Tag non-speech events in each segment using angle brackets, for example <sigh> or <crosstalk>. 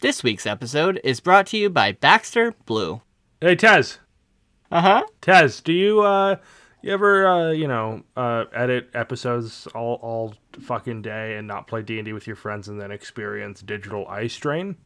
This week's episode is brought to you by Baxter Blue. Hey Tez, Uh huh. Tez, do you uh you ever uh you know uh edit episodes all all fucking day and not play D and D with your friends and then experience digital eye strain?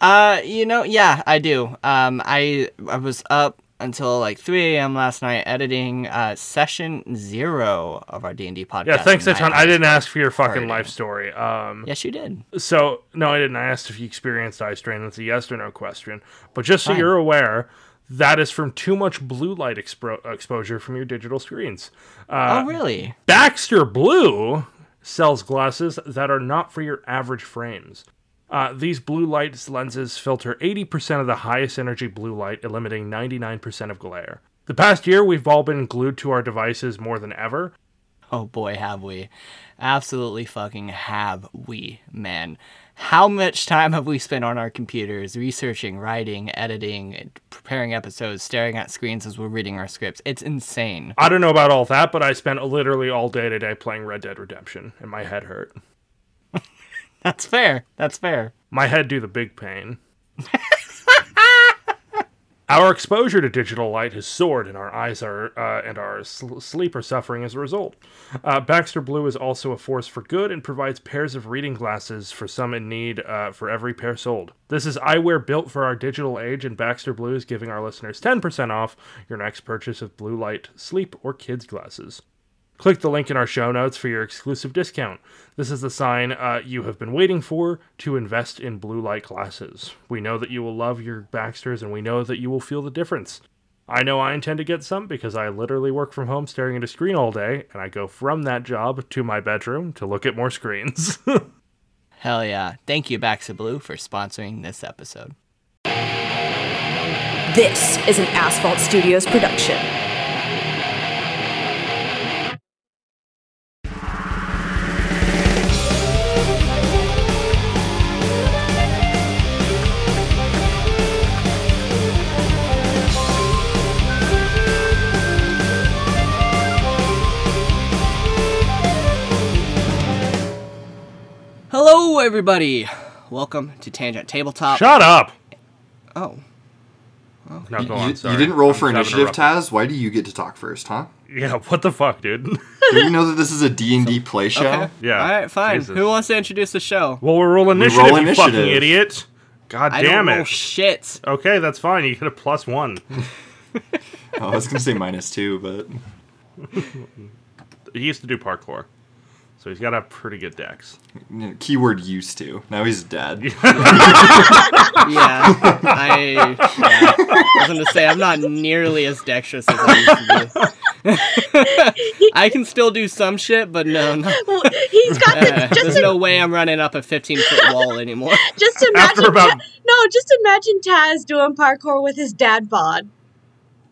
Uh, you know, yeah, I do. Um, I I was up until like 3 a.m. last night editing uh, session zero of our D and D podcast. Yeah, thanks a and my ton. I eyes didn't were ask for your fucking hurting. life story. Um, Yes, you did. so no, I didn't. I asked if you experienced eye strain. That's a yes or no question. But just so Fine. you're aware. That is from too much blue light expro- exposure from your digital screens. oh, really? Baxter Blue sells glasses that are not for your average frames. Uh, these blue light lenses filter 80% of the highest energy blue light, eliminating 99% of glare. The past year, we've all been glued to our devices more than ever. Oh boy, have we. Absolutely fucking have we, man. How much time have we spent on our computers researching, writing, editing, and preparing episodes, staring at screens as we're reading our scripts? It's insane. <laughs> I don't know about all that, but I spent literally all day today playing Red Dead Redemption, and my head hurt. That's fair. That's fair. My head do the big pain. our exposure to digital light has soared, and our eyes are uh, and our sl- sleep are suffering as a result. Uh, Baxter Blue is also a force for good and provides pairs of reading glasses for some in need uh, for every pair sold. This is eyewear built for our digital age, and Baxter Blue is giving our listeners 10% off your next purchase of blue light, sleep, or kids glasses. Click the link in our show notes for your exclusive discount. This is the sign uh, you have been waiting for to invest in blue light glasses. We know that you will love your Baxters and we know that you will feel the difference. I know I intend to get some because I literally work from home staring at a screen all day, and I go from that job to my bedroom to look at more screens. <laughs> Hell yeah. Thank you, Baxter Blue, for sponsoring this episode. This is an Asphalt Studios production. Hello, everybody. Welcome to Tangent Tabletop. Shut up! Oh, No, go You- on. you, Sorry. didn't roll I'm for just initiative, having Taz. Why do you get to talk first, huh? a rough- Yeah, what the fuck, dude? <laughs> Do you know that this is a D&D play show? okay. Yeah, All right, fine. Jesus. Who wants to introduce the show? well, we're rolling initiative, you fucking initiative. idiot. God I damn don't know it. <laughs> shit. okay, that's fine. You get a plus one. <laughs> Oh, I was going to say minus two, but... he used to do parkour, so he's got a pretty good dex. you know, keyword used to. Now <laughs> he's dead. Yeah, I, yeah. I was gonna say I'm not nearly as dexterous as I used to be. <laughs> I can still do some shit, but no, no. Well, he's got Uh, the there's just no way I'm running up a 15 foot wall anymore. just imagine After about- Ta- no just imagine Taz doing parkour with his dad bod.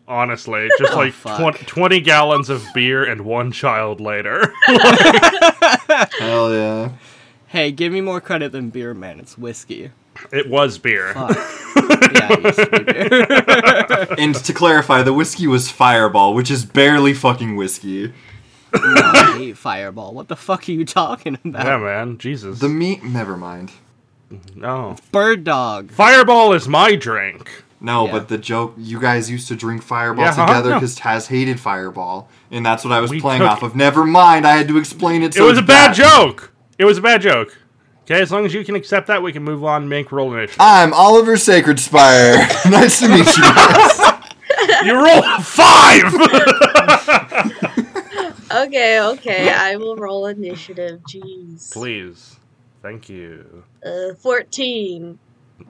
Honestly, just like Oh, fuck. twen- 20 gallons of beer and one child later. <laughs> Hell yeah. Hey, give me more credit than beer, man. It's whiskey. it was beer. Fuck. Yeah, it used to be beer. <laughs> And to clarify, the whiskey was Fireball, which is barely fucking whiskey. I hate Fireball. What the fuck are you talking about? Yeah, man. Jesus. The meat... Never mind. no. Bird Dog. Fireball is my drink. No, Yeah. but the joke... You guys used to drink Fireball Yeah, huh? together No. because Taz hated Fireball. And that's what I was We playing took- off of. Never mind, I had to explain it so it was a it's bad joke. It was a bad joke. Okay, as long as you can accept that, we can move on. Mink roll initiative. I'm Oliver Sacred Spire. <laughs> nice to meet you guys. you roll a five. <laughs> Okay, okay, I will roll initiative. Jeez, Please, thank you. uh, fourteen.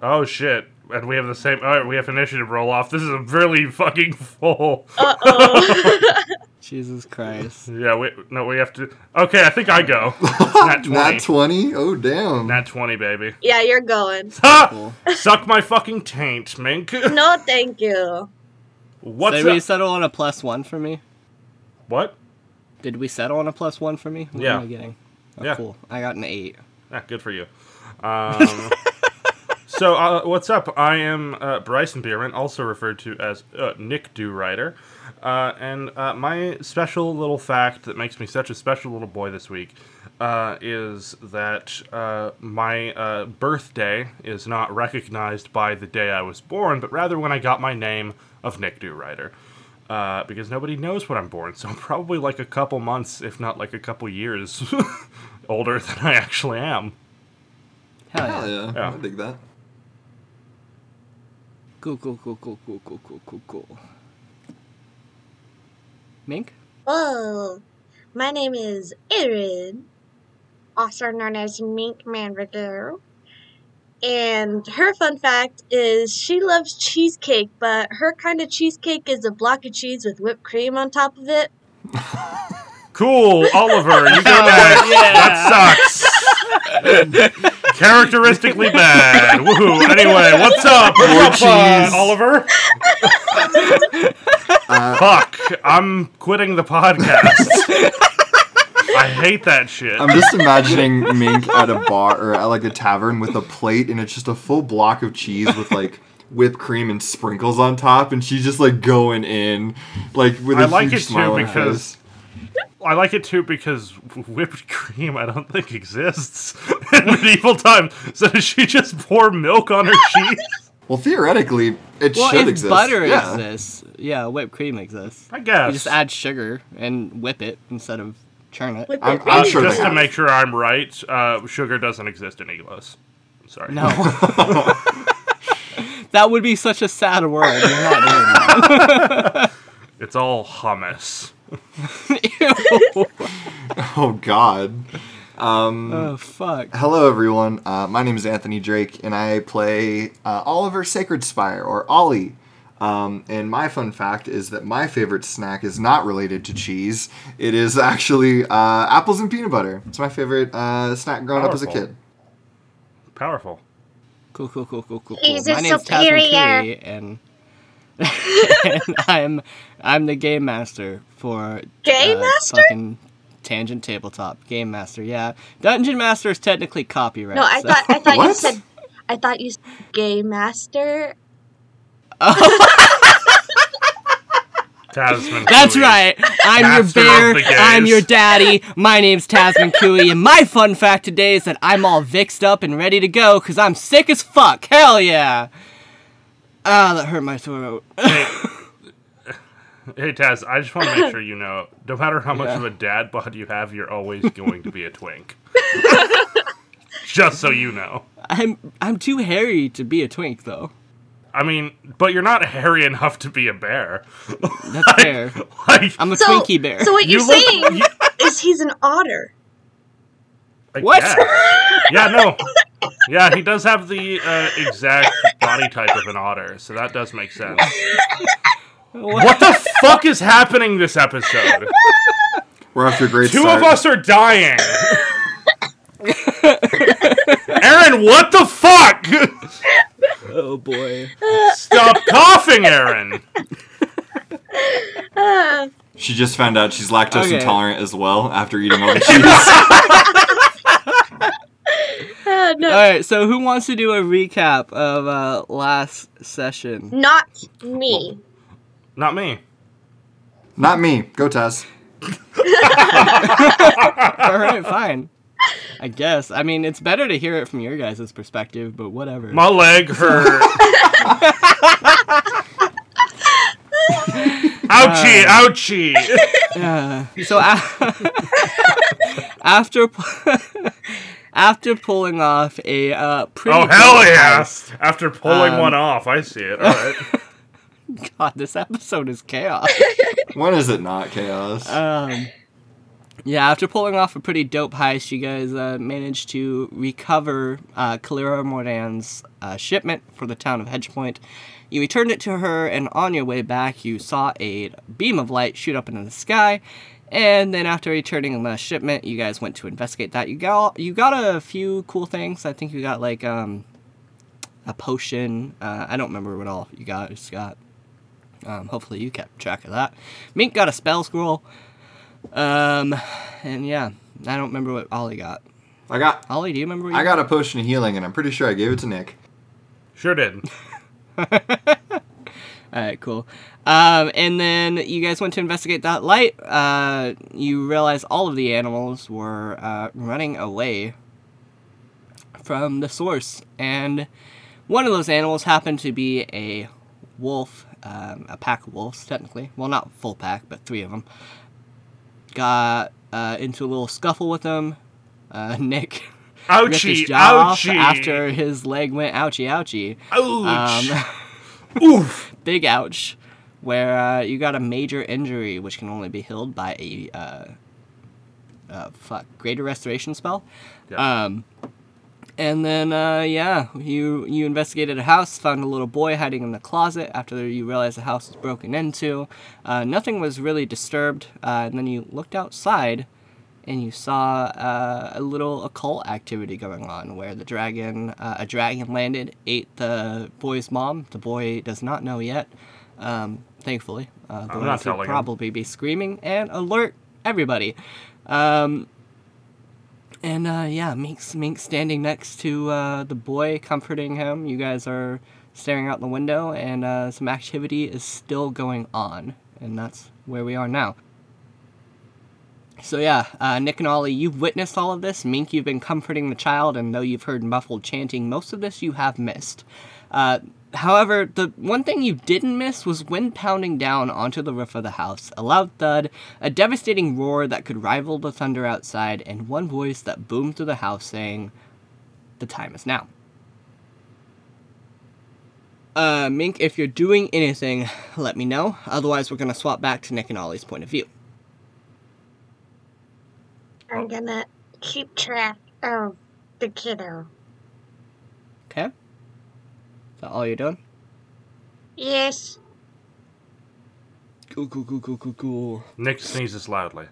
Oh shit! And we have the same. All right, we have initiative roll off. This is a really fucking <laughs> full. Uh oh. Jesus Christ. Yeah, we no, we have to. Okay, I think I go. Not twenty. Not 20? Oh, damn. Nat 20, baby. yeah, you're going. Ha! Cool. Suck my fucking taint, mink. <laughs> No, thank you. What's Did we up? settle on a plus one for me? What? Did we settle on a plus one for me? What Yeah. am I getting? Oh, Yeah. Cool. I got an eight. Ah, good for you. Um, So, uh, what's up? I am uh, Bryson Bierman, also referred to as uh, Nick Do Rider. Uh, and uh, my special little fact that makes me such a special little boy this week uh, is that uh, my uh, birthday is not recognized by the day I was born, but rather when I got my name of Nick Do Rider. Uh, because nobody knows when I'm born, so I'm probably like a couple months, if not like a couple years, <laughs> older than I actually am. Hell yeah. Hell yeah. Yeah. I dig that. Cool, cool, cool, cool, cool, cool, cool, cool, cool. Mink? Oh, my name is Erin, also known as Mink Man Riddler. And her fun fact is she loves cheesecake, but her kind of cheesecake is a block of cheese with whipped cream on top of it. Cool, Oliver, you go next. That sucks. Characteristically bad. Woohoo. Anyway, what's up? More What's up, uh, cheese. Oliver? Fuck, I'm quitting the podcast. I hate that shit. I'm just imagining Mink at a bar or at like a tavern with a plate and it's just a full block of cheese with like whipped cream and sprinkles on top and she's just like going in like with a I like huge it smile too on her because face. I like it too because <laughs> whipped cream I don't think exists <laughs> in medieval times. So does she just pour milk on her cheese? Well theoretically it Well, should if exist. butter yeah. exists, yeah, whipped cream exists. I guess. You just add sugar and whip it instead of churn it. With I'm- the I'm cream. sure Just they to have. make sure I'm right, uh, sugar doesn't exist in Eglos. Sorry. No. <laughs> that would be such a sad world. You're not It's all hummus. doing <laughs> that. <laughs> Ew. Oh god. Oh, fuck. Hello, everyone. Uh, my name is Anthony Drake, and I play uh, Oliver Sacred Spire, or Ollie. Um, and my fun fact is that my favorite snack is not related to cheese. It is actually uh, apples and peanut butter. It's my favorite uh, snack growing up as a Powerful. kid. Powerful. Cool, cool, cool, cool, cool. He's cool. a My name's superior. Tasman Curry, and, <laughs> and I'm I'm the game master for uh, Game master? fucking tangent tabletop game master. Yeah, dungeon master is technically copyright. No, I so- thought I thought you What? said I thought you said gay master. Tasman. <laughs> That's Cooey. right. I'm Master of your the bear. gays. I'm your daddy. My name's Tasman Cooey, and my fun fact today is that I'm all vixed up and ready to go because I'm sick as fuck. Hell yeah. Ah, that hurt my throat. <laughs> Hey Taz, I just want to make sure you know, no matter how much Yeah. of a dad bod you have, you're always going to be a twink. just so you know. I'm I'm too hairy to be a twink though. I mean, but you're not hairy enough to be a bear. <laughs> That's fair. Like I'm a So, Twinkie bear. <laughs> so what You you're look- saying you- is he's an otter. I What? guess. Yeah, no. Yeah, he does have the uh, exact body type of an otter, so that does make sense. What the fuck is happening this episode? We're off to a great Two start. of us are dying. Aaron, what the <laughs> fuck? oh boy. Stop coughing, Aaron. She just found out she's lactose Okay. intolerant as well after <laughs> eating all the cheese. Uh, <laughs> no, All right. So who wants to do a recap of uh, last session? not me. Not me. not me. Go, Taz. All <laughs> right. Fine. I guess. I mean, it's better to hear it from your guys' perspective, but whatever. My leg hurt. ouchie, ouchie. So a- <laughs> after pu- <laughs> after pulling off a uh, pretty Oh hell big yeah! heist- After pulling one off, I see it. All right. God, this episode is chaos. When is it not chaos? Uh, Um, yeah, after pulling off a pretty dope heist, you guys uh, managed to recover uh, Calera Mordan's uh, shipment for the town of Hedgepoint. You returned it to her, and on your way back, you saw a beam of light shoot up into the sky. And then after returning the shipment, you guys went to investigate that. You got you got a few cool things. I think you got like um, a potion. Uh, I don't remember what all you got. Just got um, hopefully you kept track of that. Mink got a spell scroll. Um, and yeah, I don't remember what Ollie got. I got Ollie, do you remember? What you I got a potion of healing, and I'm pretty sure I gave it to Nick. Sure did. All right, cool. Um, and then you guys went to investigate that light. Uh, you realize all of the animals were uh, running away from the source, and one of those animals happened to be a wolf, um, a pack of wolves, technically. Well, not full pack, but three of them. Got uh, into a little scuffle with them. Uh, <laughs> Nick ripped his Ouchie! jaw off Ouchie! after his leg went ouchie ouchie Ouch! Oof! big ouch, where uh, you got a major injury which can only be healed by a uh, uh, fuck greater restoration spell. <laughs> Yeah. Um, and then uh, yeah, you you investigated a house, found a little boy hiding in the closet. After you realized the house was broken into, uh, nothing was really disturbed. Uh, and then you looked outside. And you saw uh, a little occult activity going on where the dragon, uh, a dragon landed, ate the boy's mom. The boy does not know yet, um, thankfully. Uh, I'm not otherwise he'd telling him. probably be screaming and alert everybody. Um, and uh, yeah, Mink's Mink standing next to uh, the boy, comforting him. You guys are staring out the window, and uh, some activity is still going on, and that's where we are now. So yeah, uh, Nick and Ollie, you've witnessed all of this. Mink, you've been comforting the child, and though you've heard muffled chanting, most of this you have missed. Uh, however, the one thing you didn't miss was wind pounding down onto the roof of the house, a loud thud, a devastating roar that could rival the thunder outside, and one voice that boomed through the house saying, "The time is now." Uh, Mink, if you're doing anything, let me know. Otherwise, we're gonna swap back to Nick and Ollie's point of view. I'm gonna keep track of the kiddo. Okay. Is that all you're doing? Yes, Cool, cool, cool, cool, cool, cool. Nick sneezes loudly.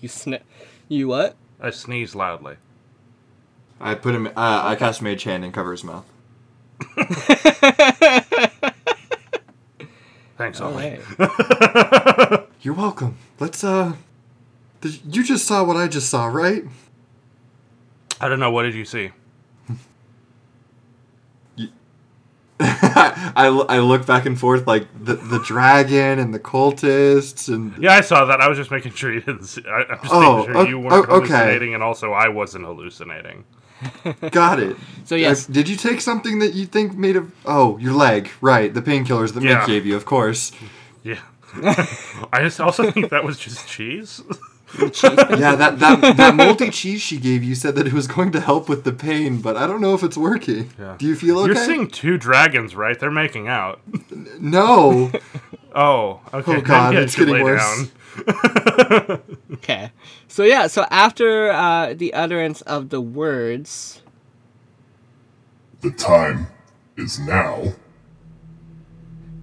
You snip. You what? <laughs> I sneeze loudly. I put him. Uh, I cast Mage Hand and cover his mouth. Thanks, Ollie. You're welcome. Let's uh. th- You just saw what I just saw, right? <laughs> I don't know. What did you see? <laughs> I, l- I look back and forth like the the dragon and the cultists and Yeah, I saw that. I was just making sure you didn't see. I, I'm just Oh, making sure o- you weren't o- okay. hallucinating, and also I wasn't hallucinating. got it. <laughs> So, yes. Uh, did you take something that you think made of? Oh, your leg, right? The painkillers that Yeah. Mick gave you, of course. Yeah. <laughs> I just also think that was just cheese. <laughs> Yeah, that that that multi cheese she gave you said that it was going to help with the pain, but I don't know if it's working. Yeah. Do you feel okay? You're seeing two dragons, right? They're making out. <laughs> no. <laughs> Oh, <laughs> okay. Oh then God, yeah, it's you should getting lay worse. down. Okay. So yeah. So after uh, the utterance of the words, The time is now.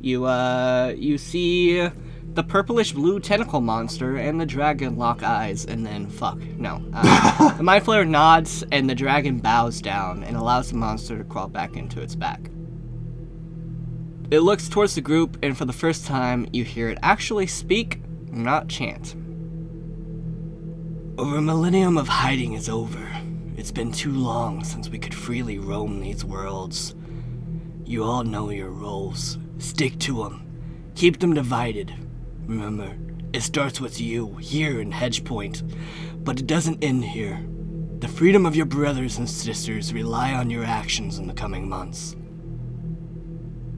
you uh, you see the purplish blue tentacle monster and the dragon lock eyes, and then fuck no. <laughs> Uh, the mind flayer nods, and the dragon bows down and allows the monster to crawl back into its back. It looks towards the group, and for the first time, you hear it actually speak, not chant. Over a millennium of hiding is over. It's been too long since we could freely roam these worlds. You all know your roles. Stick to them. Keep them divided. Remember, it starts with you, here in Hedge Point, but it doesn't end here. The freedom of your brothers and sisters rely on your actions in the coming months.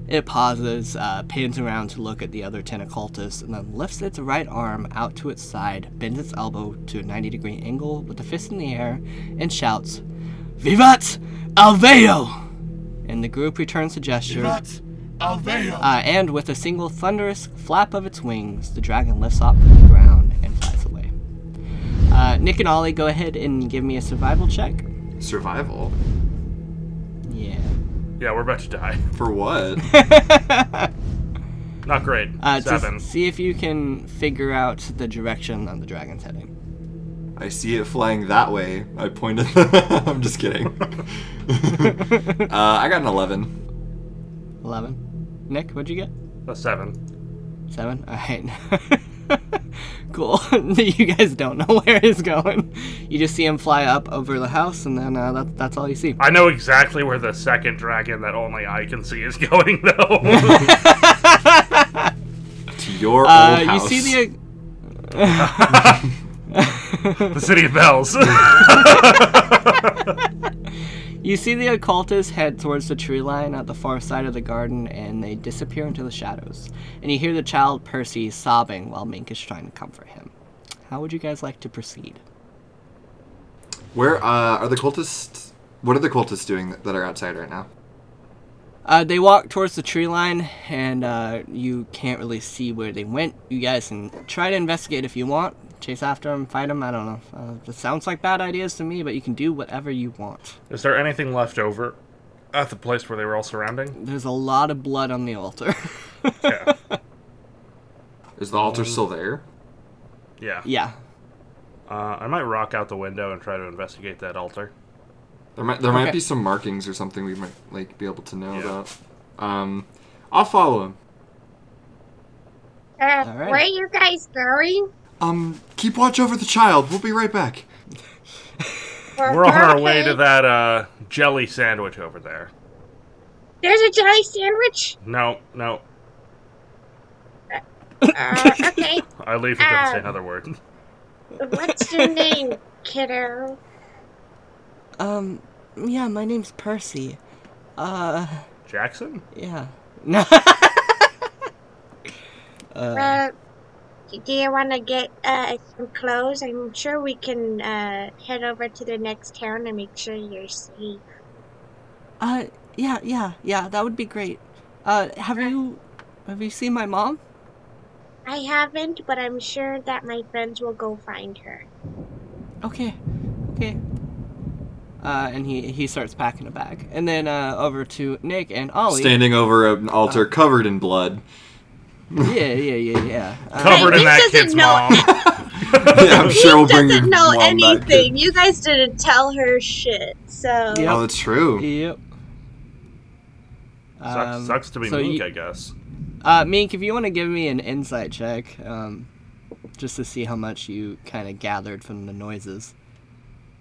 It pauses, uh, pans around to look at the other ten occultists, and then lifts its right arm out to its side, bends its elbow to a 90 degree angle with a fist in the air, and shouts, Vivat Alveo! And the group returns the gesture. Uh, and with a single thunderous flap of its wings, the dragon lifts up from the ground and flies away. Uh, Nick and Ollie, go ahead and give me a survival check. Survival Yeah. Yeah, we're about to die. <laughs> for what? Not great. Uh, to s- Seven. see if you can figure out the direction that the dragon's heading. I see it flying that way. I pointed. <laughs> I'm <laughs> just kidding. uh, I got an eleven. 11. Nick, what'd you get? A seven. 7? Alright. <laughs> cool. <laughs> you guys don't know <laughs> where it's going. You just see him fly up over the house, and then uh, that, that's all you see. I know exactly where the second dragon that only I can see is <laughs> going, though. <laughs> To your Uh, old you house. see the. the City of Bells. <laughs> You see the occultists head towards the tree line at the far side of the garden and they disappear into the shadows. And you hear the child Percy sobbing while Mink is trying to comfort him. How would you guys like to proceed? Where uh, are the cultists? What are the cultists doing that, that are outside right now? Uh, they walk towards the tree line and uh, you can't really see where they went. You guys can try to investigate if you want. Chase after them, fight them, I don't know. Uh, it sounds like bad ideas to me, but you can do whatever you want. is there anything left over at the place where they were all <laughs> surrounding? There's a lot of blood on the altar. <laughs> Yeah. Is the altar still Mm. there? Yeah. yeah. Uh, I might rock out the window and try to investigate that altar. There might there Okay. might be some markings or something we might like be able to know Yeah. about. Um, I'll follow him. Uh, All right. Where are you guys going? Um, keep watch over the child. We'll be right back. We're on our way okay. to that uh, jelly sandwich over there. There's a <laughs> jelly sandwich. No, no. Uh, okay. I leave and didn't say Ah. another word. <laughs> What's your name, kiddo? Um, yeah, my name's Percy. Uh. Jackson? Yeah. <laughs> No. Uh, do you want to get uh, some clothes? I'm sure we can uh, head over to the next town and make sure you're safe. uh, yeah, yeah, yeah. That would be great. Uh, have you have you seen my mom? I haven't, but I'm sure that my friends will go find her. Okay, okay. Uh, and he he starts packing a bag, and then uh, over to Nick and Ollie. Standing over an Uh. altar covered <laughs> in blood. Yeah, yeah, yeah, yeah. Uh, Covered Nick in that doesn't kid's know- mom. <laughs> Yeah, I'm sure we'll he bring doesn't know mom back. anything. You guys didn't tell her shit, so Yeah. Oh, that's true. yep. sucks, Um, sucks to be so meek, you- I guess. Uh, Mink, if you want to give me an insight check, um, just to see how much you kind of gathered from the noises.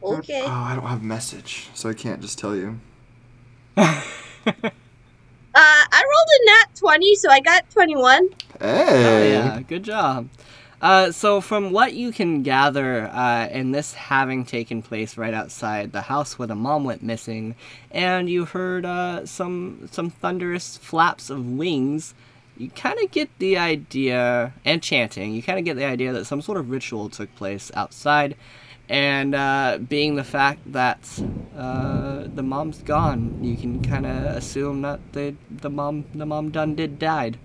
Oh, okay. I don't have message, so I can't just tell you. Uh, I rolled a nat 20, so I got 21. Oh, Hey. yeah, good job. Uh, so, from what you can gather, uh, and this having taken place right outside the house where the mom went missing, and you heard uh, some some thunderous flaps of wings, you kind of get the idea, and chanting, you kind of get the idea that some sort of ritual took place outside. And uh, being the fact that uh, the mom's gone, you can kind of assume that the the mom the mom done did died.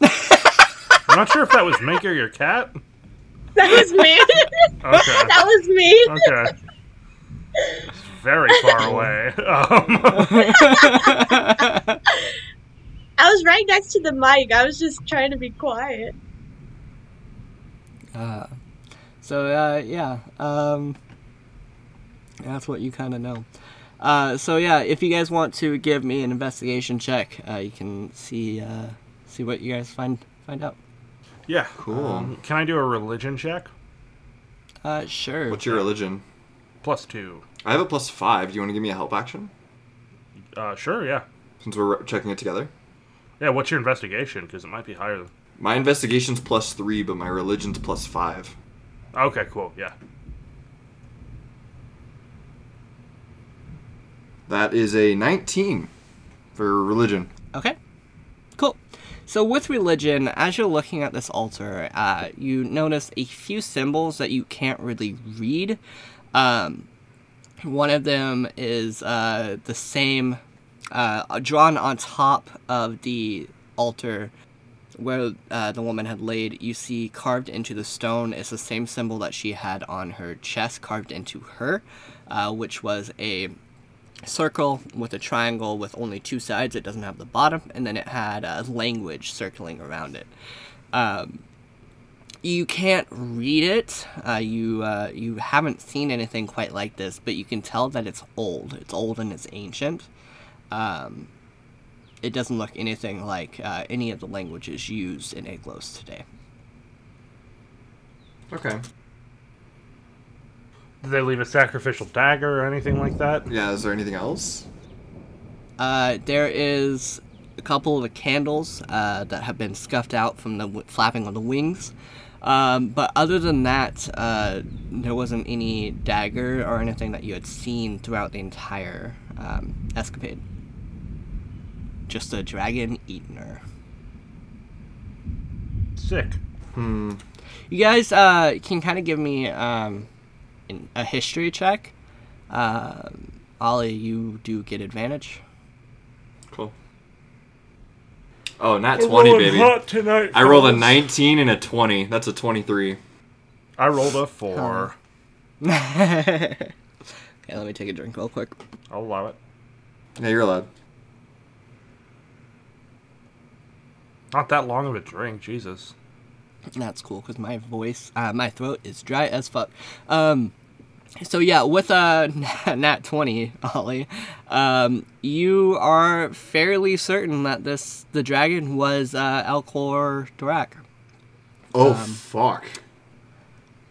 I'm not sure if that was Mink or your cat. That was me. <laughs> Okay. that was me. Okay. <laughs> It's very far away. <laughs> Um, I was right next to the mic. I was just trying to be quiet. Uh, so uh, yeah, um, that's what you kind of know. Uh, so yeah, if you guys want to give me an investigation check, uh, you can see uh, see what you guys find find out. yeah. Cool. Um, can I do a religion check? Uh, sure. What's your religion? Plus two. I have a plus five. Do you want to give me a help action Uh, sure, yeah. since we're re- checking it together? Yeah, what's your investigation? Because it might be higher than. My investigation's plus three, but my religion's plus five. Okay, cool, yeah. That is a 19 for religion. Okay. Cool. So, with religion, as you're looking at this altar, uh, you notice a few symbols that you can't really read. Um, one of them is uh, the same, uh, drawn on top of the altar where uh, the woman had laid. You see carved into the stone is the same symbol that she had on her chest, carved into her, uh, which was a circle with a triangle with only two sides. It doesn't have the bottom, and then it had a language circling around it. Um, you can't read it. Uh, you uh, you haven't seen anything quite like this, but you can tell that it's old. It's old and it's ancient. Um, it doesn't look anything like uh, any of the languages used in Iglos today. Okay. Did they leave a sacrificial dagger or anything like that? Yeah, is there anything else? Uh, there is a couple of the candles uh, that have been scuffed out from the w- flapping on the wings. Um, but other than that, uh, there wasn't any dagger or anything that you had seen throughout the entire um, escapade. Just a dragon eater. Sick. You guys uh, can kind of give me um, an, a history check. Um Ollie, you do get advantage. Cool. Oh, not 20, baby. tonight. I rolled a 19 and a 20. That's a 23. I rolled a four. okay, let me take a drink real quick. I'll allow it. Yeah, you're allowed. Not that long of a drink, Jesus. That's cool because my voice, uh, my throat is dry as fuck. Um, so yeah, with a <laughs> nat twenty, Ollie, um, you are fairly certain that this the dragon was uh, Alcor Drak. Oh, fuck.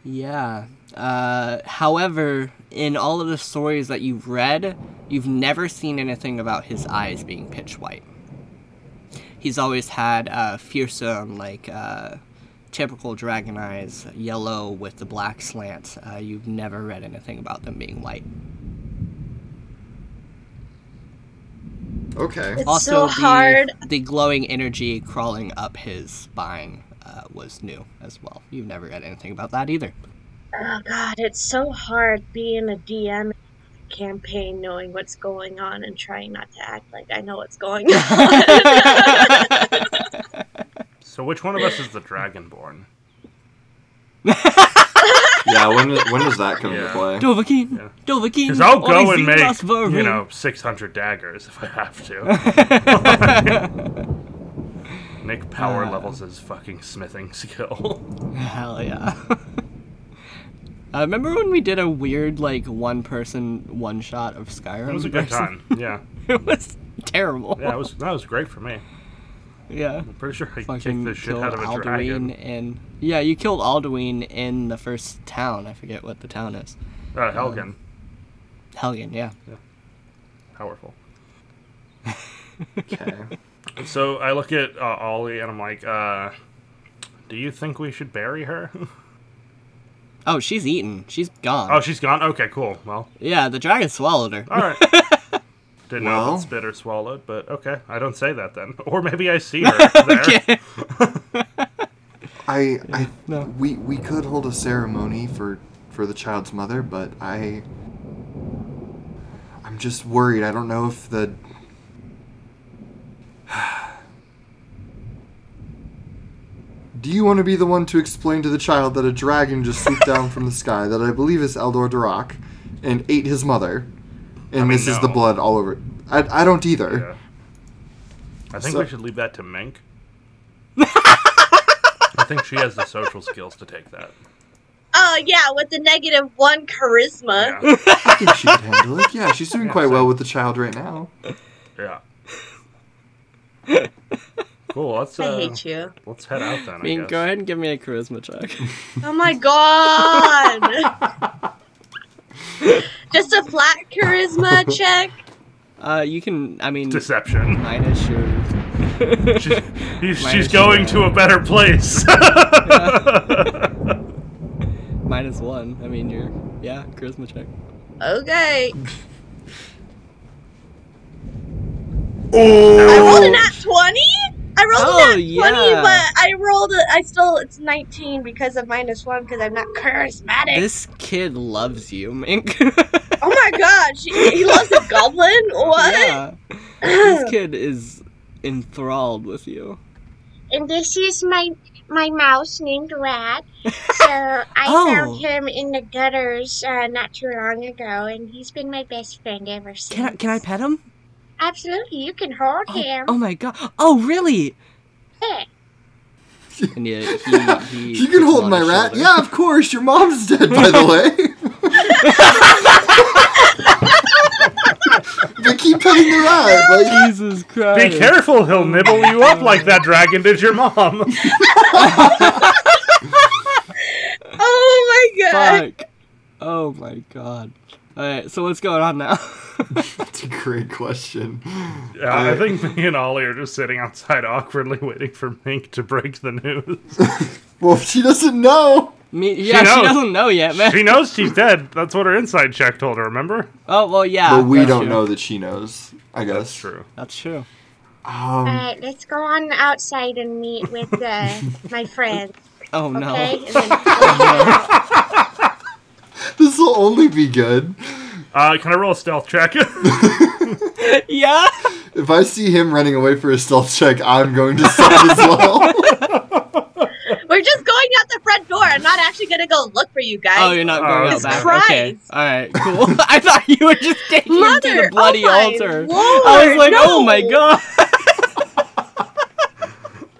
Yeah. Uh, however, in all of the stories that you've read, you've never seen anything about his eyes being pitch white. He's always had uh, fearsome, like uh, typical dragon eyes, yellow with the black slant. Uh, you've never read anything about them being white. Okay. It's so hard. The, the glowing energy crawling up his spine uh, was new as well. You've never read anything about that either. Oh god, it's so hard being a DM campaign knowing what's going on and trying not to act like I know what's going <laughs> on. So which one of us is the Dragonborn? Yeah, when, when does that come Yeah. into play? Dovahkiin, Yeah. Dovahkiin. Because I'll go Only and Zeke make, lost Varun. you know, 600 daggers if I have to. Nick power levels his fucking smithing skill. <laughs> Hell yeah. <laughs> I remember when we did a weird, like, one person one shot of Skyrim? It was <laughs> a good versus- time. Yeah. it was terrible. Yeah, it was, that was great for me. <laughs> Yeah. I'm pretty sure I kicked Fucking the shit killed out of a Alduin dragon. in. Yeah, you killed Alduin in the first town. I forget what the town is. Uh, Helgen. Helgen, yeah. Powerful. Okay. So I look at uh, Ollie and I'm like, uh, do you think we should bury her? <laughs> Oh, she's eaten. She's gone. oh, she's gone? Okay, cool. Well, yeah, the dragon swallowed her. <laughs> all right. Didn't know Well. if it's bit or swallowed, but okay. I don't say that then. <laughs> Or maybe I <laughs> see her there. I, I, no. we, we could hold a ceremony for, for the child's mother, but I, I'm just worried. I don't know if the. <sighs> Do you want to be the one to explain to the child that a dragon just swooped down from the sky that I believe is Eldor Durak and ate his mother, and mean, this is the no. blood all over? I, I don't Yeah. either. I think So- we should leave that to Mink. <laughs> I think she has the social skills to take that. oh yeah, with the negative one charisma. Yeah. I think she could handle it. Yeah, she's doing Yeah, quite so- well with the child right now. yeah. Cool. Let's. Uh, I hate you. Let's head out then. I Mink, guess. go ahead and give me a charisma <laughs> check. Oh my god! Just a flat charisma check. uh, you can, I mean, Deception. <laughs> minus your She's, he's- Minus she's going to a <laughs> better place. <laughs> Minus one. I mean, you're yeah, charisma check. Okay. I rolled a nat twenty. I rolled Oh, a nat twenty, yeah. but I rolled. A, I still it's nineteen because of minus one because I'm not charismatic. This kid loves you, Mink. <laughs> Oh my god, she, he loves a goblin. What? yeah, <laughs> this kid is enthralled with you. And this is my my mouse named Rat. So I <laughs> Oh. found him in the gutters uh, not too long ago, and he's been my best friend ever since. Can I can I pet him? Absolutely, you can hold him. Oh my god! Oh really? Yeah. And yeah, <laughs> he, he You puts can him hold on my his rat. shoulder. Yeah, of course. Your mom's dead, by the <laughs> way. but keep petting the god! Like, Jesus Christ. Be careful, he'll nibble you up like that dragon did your mom. Oh my god. Fuck. Oh my god. Alright, so what's going on now? <laughs> that's a great question. Yeah, I think me and Ollie are just sitting outside <laughs> awkwardly waiting for Mink to break the news. Well, she doesn't know. Me, yeah, she knows. doesn't know yet, man. She knows she's dead. That's what her inside check told her, remember? oh, well, yeah. But we that's don't true. know that she knows. I guess That's true. That's true. Um, Alright, let's go on outside and meet with <laughs> uh, my friends, Oh no. okay? And then- this will only be good Uh, can I roll a stealth <laughs> check? <laughs> Yeah. if I see him running away for a stealth check. I'm going to stealth as well. We're just going out the front door. I'm not actually gonna go look for you guys. Oh, you're not going out Jesus back. Christ. Okay. All right. Cool. <laughs> I thought you were just taking him to Mother, the bloody oh my altar. Lord, I was like, oh no. my god.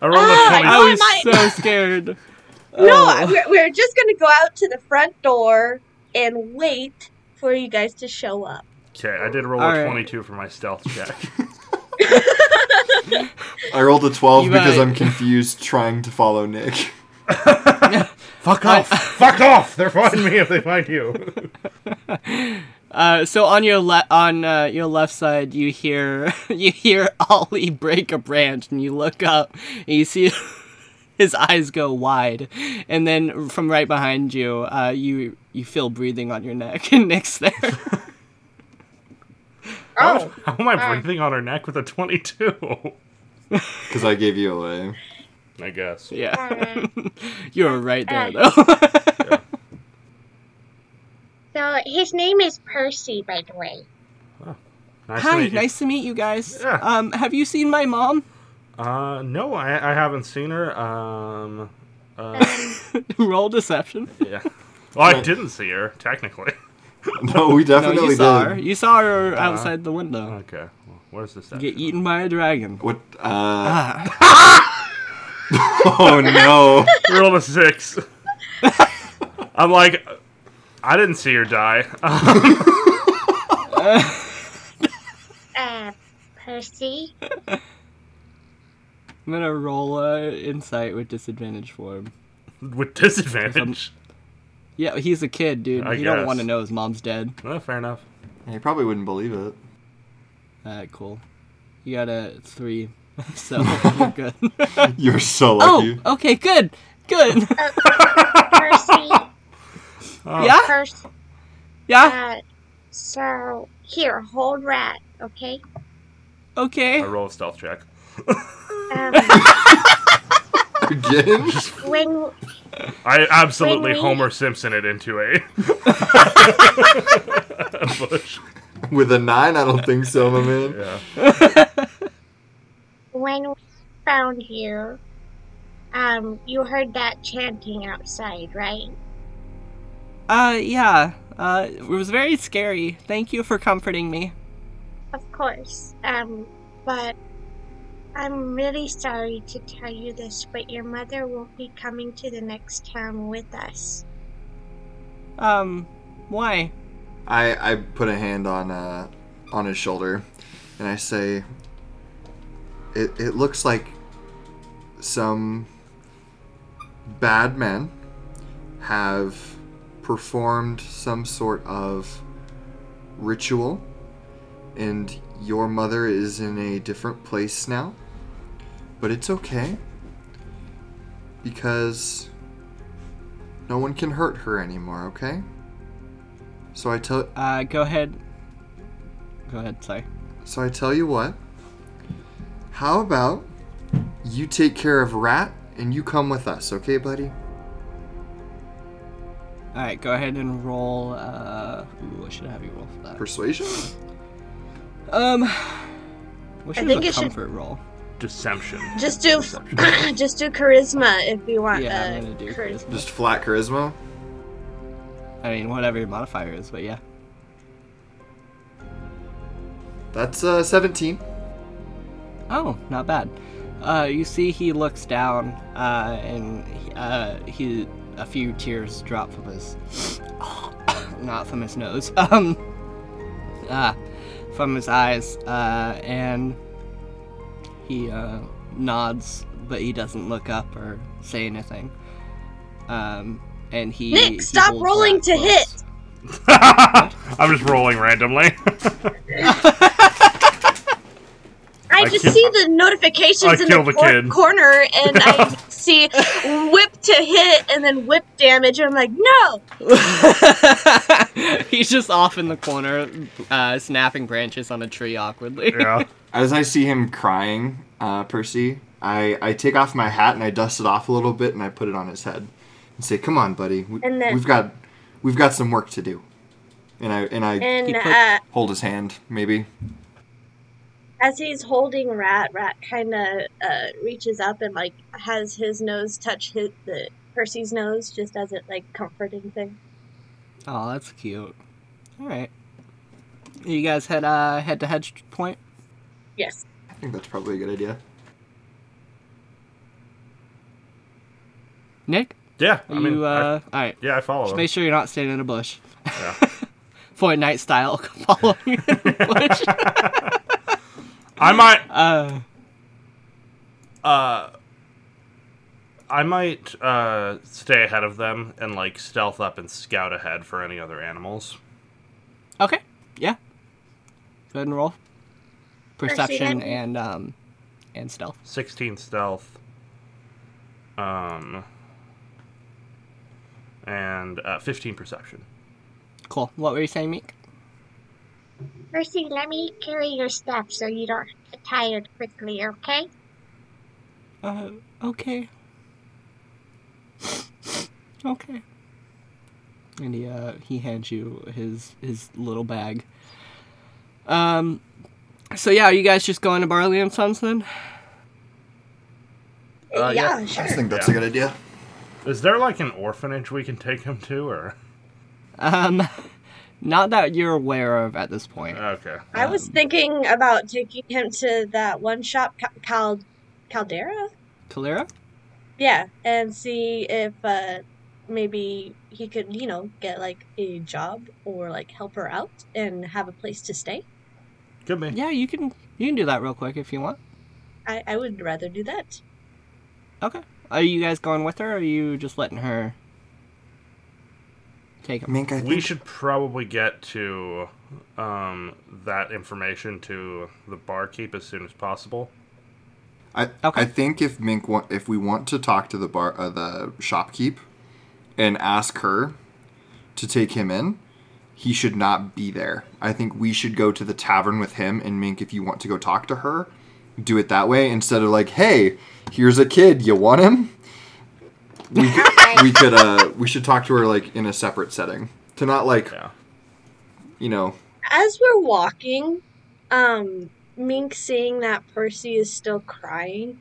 I rolled Ah, a 20. I I was my- <laughs> so scared. Oh. No, we're, we're just gonna go out to the front door and wait for you guys to show up. Okay, I did roll All a right. 22 for my stealth check. <laughs> I rolled a 12 You because might- I'm confused trying to follow Nick. Fuck off! <laughs> Fuck off! They're finding me if they find you. Uh, so on your le- on uh, your left side, you hear <laughs> you hear Ollie break a branch, and you look up and you see <laughs> his eyes go wide, and then from right behind you, uh, you you feel breathing on your neck, <laughs> and Nick's there. Oh, <laughs> How am I breathing on her neck with a 22? Because I gave you away. <laughs> I guess. yeah, uh, <laughs> you were right there though. <laughs> so his name is Percy, by the way. Nice to Hi, meet you. nice to meet you guys. Yeah. Um, have you seen my mom? Uh, no, I, I haven't seen her. Um, <laughs> Roll deception. <laughs> yeah. Well, I didn't see her, technically. No, we No, definitely Oh, you saw her. did. You saw her outside the window. Okay. Well, where's this at? Get eaten by a dragon. What? Uh... <laughs> oh no. Roll a six. <laughs> I'm like, I didn't see her die. Uh, <laughs> Percy. I'm gonna roll a insight with disadvantage for him. With disadvantage. Yeah, he's a kid, dude. I you don't guess. want to know his mom's dead. Oh, fair enough. You probably wouldn't believe it. Uh, cool. You got a three, <laughs> so you're good. You're so oh, lucky. okay, good, good. Percy. Oh. yeah, Percy. yeah. Uh, so here, hold rat, okay? Okay. I roll a stealth check. <laughs> Um, Again? <laughs> when I absolutely When we- Homer Simpson it into a <laughs> bush. With a nine, I don't think so, my man. Yeah. when we found you, um, you heard that chanting outside, right? Uh, yeah. Uh, it was very scary. Thank you for comforting me. Of course. Um, but I'm really sorry to tell you this, but your mother won't be coming to the next town with us. Um, why? I, I put a hand on uh, on his shoulder and I say it, it looks like some bad men have performed some sort of ritual and your mother is in a different place now but it's okay because no one can hurt her anymore okay so i tell Uh, go ahead. Go ahead. Sorry. so I tell you what. How about you take care of Rat and you come with us, okay, buddy? All right. Go ahead and roll. Uh, ooh, I should have you roll for that. Persuasion? Um, what I should think a it should- comfort roll? <laughs> Deception. Just do, <coughs> just do charisma if you want. Yeah, uh, I'm gonna do charisma. charisma. Just flat charisma? I mean, whatever your modifier is, but yeah. That's uh, 17. Oh, not bad. Uh, you see, he looks down, uh, and uh, he a few tears drop <coughs> <laughs> from his, not from his nose, um, uh, from his eyes, uh, and he uh, nods, but he doesn't look up or say anything. Um, and he Nick, he stop holds rolling that to close. hit. I'm just rolling randomly. I, I just kill- see the notifications I in kill the, the cor- kid. corner, and <laughs> I see whip to hit and then whip damage. And I'm like, no, <laughs> He's just off in the corner, uh, snapping branches on a tree <laughs> awkwardly. yeah. As I see him crying, uh, Percy, I, I take off my hat and I dust it off a little bit and I put it on his head and say, "Come on, buddy, we, And then- we've got we've got some work to do." And I and I and put- uh, hold his hand, maybe. as he's holding Rat, Rat kind of uh, reaches up and like has his nose touch his, the Percy's nose, just as it like comforting thing. Oh, that's cute. All right, you guys head uh, head to hedge point. Yes. I think that's probably a good idea. Nick, Yeah. are I mean, you? I- Uh, all right, yeah, I follow. just him. make sure you're not standing in a bush. <laughs> Fortnite style, <laughs> following you in a bush. I might. Uh, Uh, I might uh, stay ahead of them and like stealth up and scout ahead for any other animals. okay, yeah. Go ahead and roll. Perception then- and um, and stealth. Sixteen stealth. Um. And uh, fifteen perception. Cool. What were you saying, Meek? Percy, let me carry your stuff so you don't get tired quickly, okay? Uh, okay. <laughs> okay. And he uh, he hands you his his little bag. Um, so yeah, are you guys just going to Barley and Sons then? Uh, yeah, I sure. just think that's Yeah. a good idea. Is there like an orphanage we can take him to, or Um, not that you're aware of at this point. okay? I was thinking about taking him to that one shop ca- called Caldera. Calera? Yeah, and see if uh, maybe he could, you know, get like a job or like help her out and have a place to stay. Could be. Yeah, you can you can do that real quick if you want. I, I would rather do that. Okay. Are you guys going with her? or Are you just letting her take him? Mink, I We think should probably get to um, that information to the barkeep as soon as possible. I, Okay. I think if Mink wa- if we want to talk to the bar uh, the shopkeep and ask her to take him in, he should not be there. I think we should go to the tavern with him and Mink if you want to go talk to her, do it that way instead of like, "Hey, here's a kid, you want him?" We <laughs> could, we could uh we should talk to her like in a separate setting to not like, Yeah. you know, As we're walking, um, Mink seeing that Percy is still crying,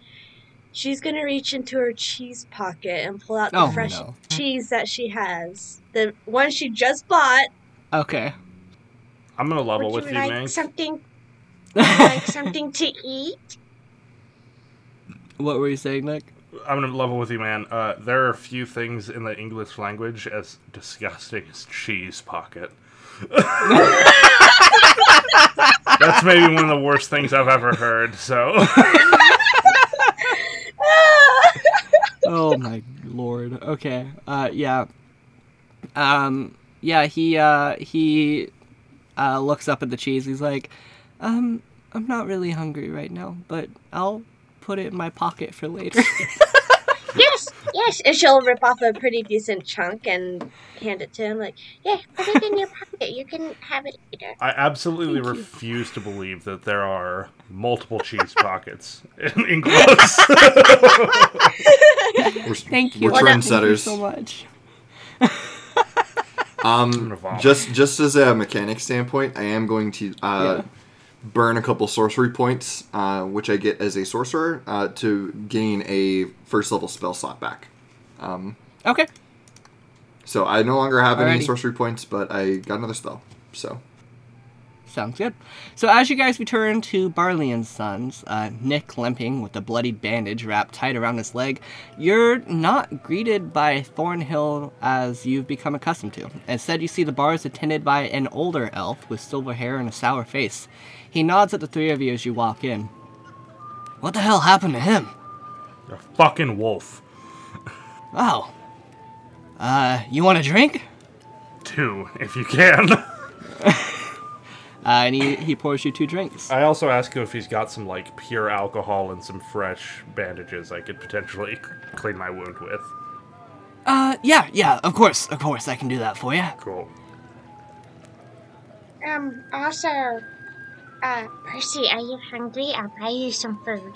she's gonna reach into her cheese pocket and pull out the Oh, fresh no. cheese that she has. The one she just bought. Okay. I'm gonna level Would with you you, like Mink. <laughs> something like something to eat? What were you saying, Nick? I'm gonna level with you, man. Uh, there are few things in the English language as disgusting as cheese pocket. That's maybe one of the worst things I've ever heard. So <laughs> oh my lord. Okay. Uh, yeah. Um, yeah. He uh, he uh, looks up at the cheese. He's like, um, I'm not really hungry right now, but I'll put it in my pocket for later. yes, yes. And she'll rip off a pretty decent chunk and hand it to him, like, yeah, put it in your pocket. You can have it later. I absolutely refuse to believe that there are multiple cheese pockets in <laughs> English. <laughs> we're, Thank you. we're Thank you trendsetters. so much. Um, vomit. just just as a mechanic standpoint, I am going to uh, Yeah. burn a couple sorcery points, uh, which I get as a sorcerer, uh, to gain a first level spell slot back. Okay. So I no longer have any Alrighty. sorcery points, but I got another spell. So Sounds good. So as you guys return to Barley and Sons, uh, Nick limping with a bloodied bandage wrapped tight around his leg, you're not greeted by Thornhill as you've become accustomed to. Instead, you see the bars attended by an older elf with silver hair and a sour face. He nods at the three of you as you walk in. What the hell happened to him? A fucking wolf. Oh. Uh, you want a drink? Two, if you can. Uh, and he, he pours you two drinks. I also ask him if he's got some like pure alcohol and some fresh bandages I could potentially c- clean my wound with. Uh, yeah, yeah, of course, of course, I can do that for you. Cool. Um, also, uh, Percy, are you hungry? I'll buy you some food.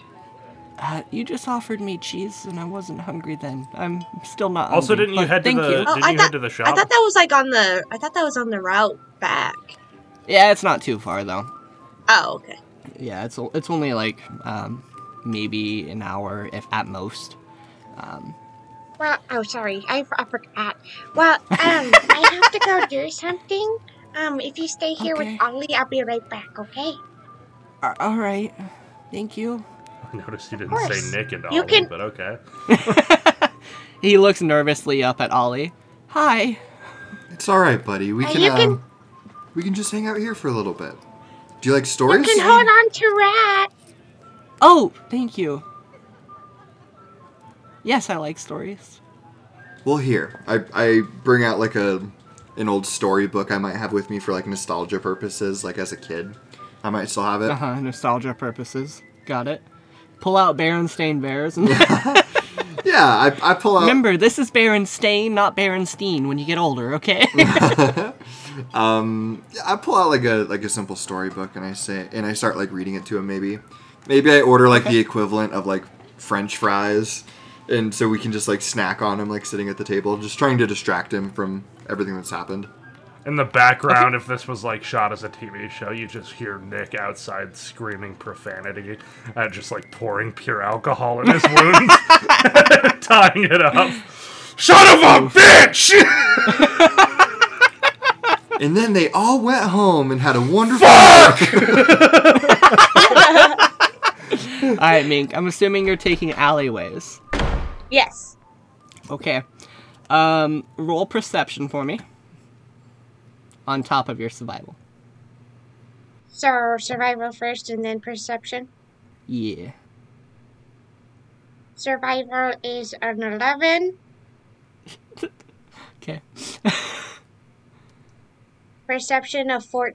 Uh, you just offered me cheese, and I wasn't hungry then. I'm still not. Also, hungry, didn't you but head to thank the- you. Did you head to the shop? Oh, I thought that was like on the. I thought that was on the route back. Yeah, it's not too far though. Oh, okay. Yeah, it's o- it's only like um, maybe an hour, if at most. Well, oh, sorry, I, I forgot. Well, um, I have to <laughs> go do something. Um, if you stay here Okay. with Ollie, I'll be right back. Okay. A- all right, thank you. I <laughs> noticed you didn't Of course. say Nick and You Ollie, can- but okay. He looks nervously up at Ollie. Hi. It's all right, buddy. We Uh, can, you um, can- we can just hang out here for a little bit. Do you like You stories? can hold on to Rat. Oh, thank you. Yes, I like stories. Well, here I I bring out like a an old storybook I might have with me for like nostalgia purposes, like as a kid. I might still have it. Uh Uh-huh, huh. Nostalgia purposes. Got it. Pull out Berenstain Bears. <laughs> And Yeah, I, I pull out. Remember, this is Berenstain, not Berenstein. When you get older, okay? <laughs> I pull out like a like a simple storybook and I say and I start like reading it to him maybe. Maybe I order like the equivalent of like french fries and so we can just like snack on him like sitting at the table just trying to distract him from everything that's happened. In the background, if this was like shot as a TV show, you just hear Nick outside screaming profanity, uh, just like pouring pure alcohol in <laughs> his wound, <laughs> tying it up. Shut up, a <laughs> bitch! And then they all went home and had a wonderful all right, Mink. I'm assuming you're taking alleyways. Yes. Okay. Um, roll perception for me. On top of your survival. So survival first, and then perception. Yeah. Survival is an eleven. Okay. Perception of four.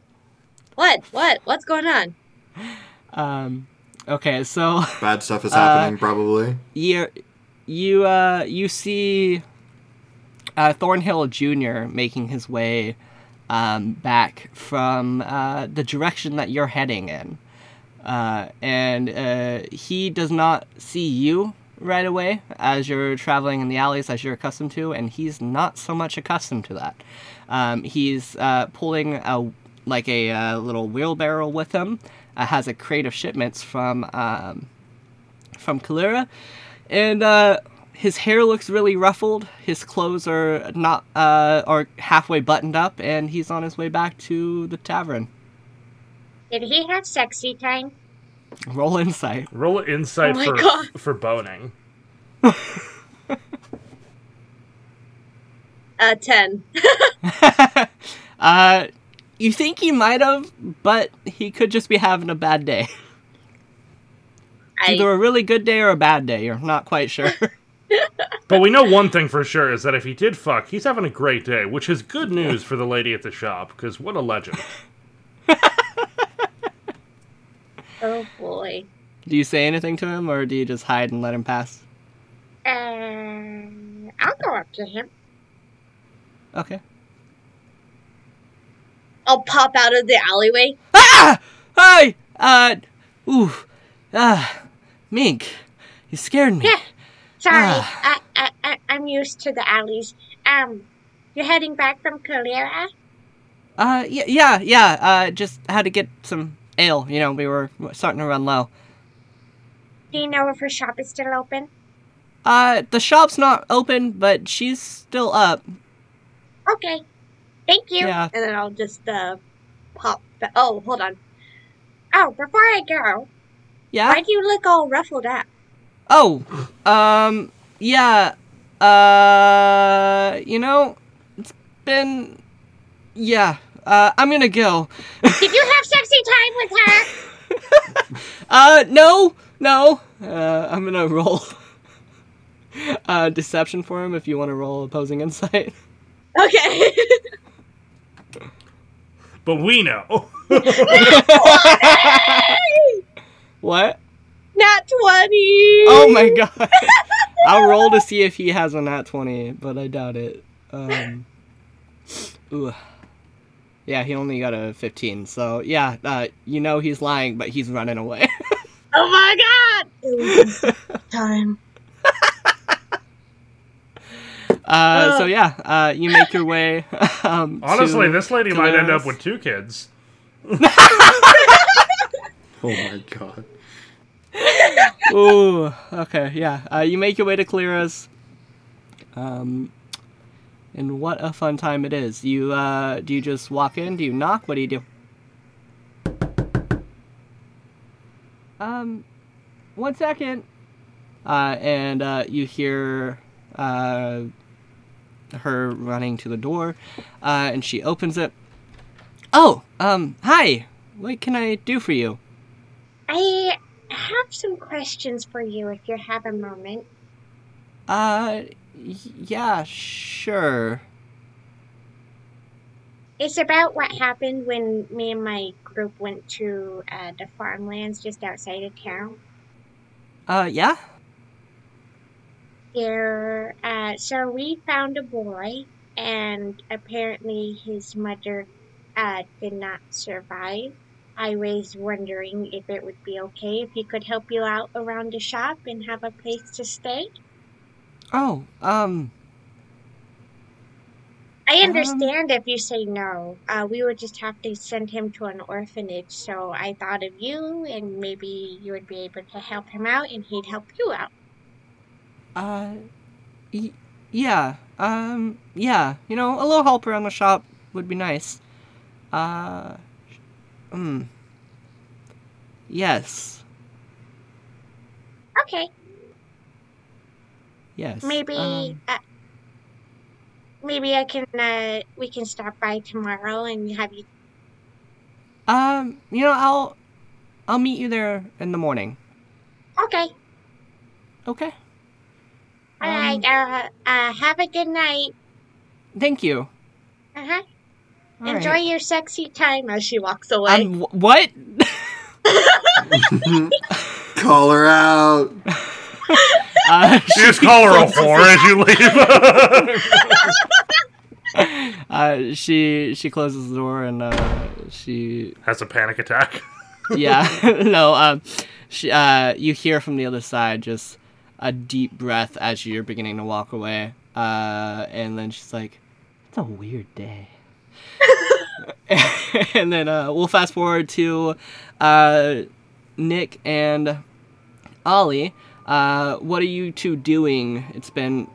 What? What? What's going on? Um, okay. So bad stuff Uh, is happening probably. you you uh you see uh, Thornhill Jr. making his way um, back from uh, the direction that you're heading in. Uh, and uh, he does not see you right away as you're traveling in the alleys as you're accustomed to, and he's not so much accustomed to that. Um, he's uh, pulling a like a uh, little wheelbarrow with him. Uh, has a crate of shipments from um, from Kalira, and uh, his hair looks really ruffled. His clothes are not uh, are halfway buttoned up, and he's on his way back to the tavern. <laughs> Did he have sexy time? Roll insight. Roll insight Oh my for God. for boning. Uh, ten. Uh, you think he might have, but he could just be having a bad day. Either <laughs> I, a really good day or a bad day. You're not quite sure. <laughs> But we know one thing for sure is that if he did fuck, he's having a great day, which is good news for the lady at the shop, because what a legend. oh boy. do you say anything to him, or do you just hide and let him pass? Um, I'll go up to him. Okay. I'll pop out of the alleyway. Ah! Hi! Uh, ooh, ah, Mink, you scared me. Sorry, I, Ah. I, I, I'm used to the alleys. Um, you're heading back from Calera? Uh, yeah, yeah, yeah. Uh, just had to get some ale. You know, we were starting to run low. Do you know if her shop is still open? Uh, the shop's not open, but she's still up. Okay, thank you. Yeah. And then I'll just uh, pop. But, oh, hold on. Oh, before I go, Yeah. why do you look all ruffled up? Oh, um, yeah, uh, you know, it's been, yeah, uh, I'm gonna go. Did you have sexy time with her? Uh, no, no, uh, I'm gonna <laughs> roll, uh, deception for him if you wanna roll opposing insight. <laughs> Okay. <laughs> But we <laughs> know. What? Not 20. <laughs> Oh my god. I'll roll to see if he has a nat 20, but I doubt it. Um, ooh. Yeah, he only got a 15, so yeah, uh, you know he's lying, but he's running away. <laughs> Oh my god. It was time. Uh, so yeah, uh, you make your way. Um, Honestly, to this lady might end Canaris. up with two kids. Oh my god. Ooh, okay, yeah. Uh, you make your way to Cleara's. Um, and what a fun time it is. You uh, do you just walk in? Do you knock? What do you do? Um, one second. Uh, and uh, you hear uh, her running to the door, uh, and she opens it. Oh, um, hi. What can I do for you? I have some questions for you if you have a moment. Uh, y- yeah, sure. It's about what happened when me and my group went to uh, the farmlands just outside of town. Uh, yeah? There, uh, so we found a boy, and apparently his mother uh, did not survive. I was wondering if it would be okay if he could help you out around the shop and have a place to stay. Oh, um, I understand if you say no. Uh, we would just have to send him to an orphanage. So I thought of you, and maybe you would be able to help him out, and he'd help you out. uh, y- yeah, um, yeah. You know, a little help around the shop would be nice. Uh, hmm. Yes, Okay, yes. maybe um, uh, maybe I can uh, we can stop by tomorrow and have you. um, you know, I'll, I'll meet you there in the morning. Okay, Okay? all right. Um, Uh, uh, have a good night. Thank you. Uh huh. All Enjoy right. your sexy time as she walks away. Um, wh- what? <laughs> Call her out. uh, <laughs> You just call her a whore as you leave. <laughs> uh, she, she closes the door and, uh, she Has a panic attack. yeah <laughs> no um she, uh you hear from the other side just a deep breath as you're beginning to walk away uh and then she's like it's a weird day <laughs> and then uh we'll fast forward to uh nick and ollie uh what are you two doing it's been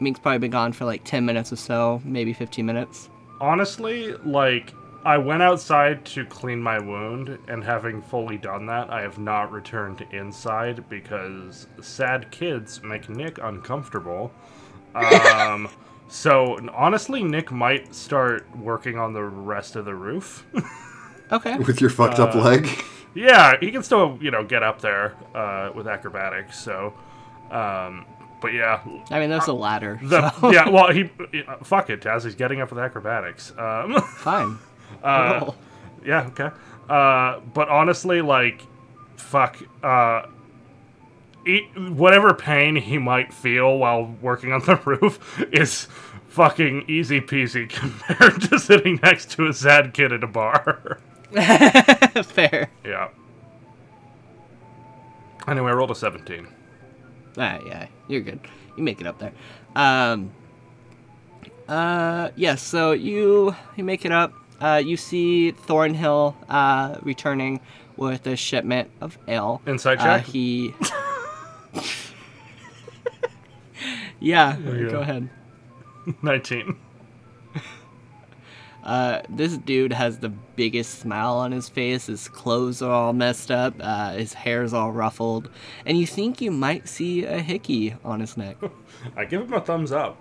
mink's probably been gone for like 10 minutes or so maybe 15 minutes Honestly, like I went outside to clean my wound, and having fully done that, I have not returned inside because sad kids make Nick uncomfortable. Um, <laughs> so honestly, Nick might start working on the rest of the roof. <laughs> okay With your fucked up leg. Yeah, he can still, you know, get up there uh, with acrobatics. So, um, but yeah, i mean that's a ladder the so <laughs> yeah. Well, he yeah, fuck it, Taz. He's getting up with acrobatics. Um, <laughs> fine uh, Roll. yeah, okay. Uh, but honestly, like, fuck. Uh, it, whatever pain he might feel while working on the <laughs> roof is fucking easy peasy <laughs> compared to sitting next to a sad kid at a bar. <laughs> <laughs> fair yeah. Anyway, I rolled a 17. Ah, yeah, you're good. You make it up there. Um, uh, yes. so you you make it up. Uh, you see Thornhill uh, returning with a shipment of ale. Insight Uh, check? he. <laughs> yeah, you Go go. ahead. 19. Uh, this dude has the biggest smile on his face. His clothes are all messed up. Uh, his hair's all ruffled, and you think you might see a hickey on his neck. I give him a thumbs up.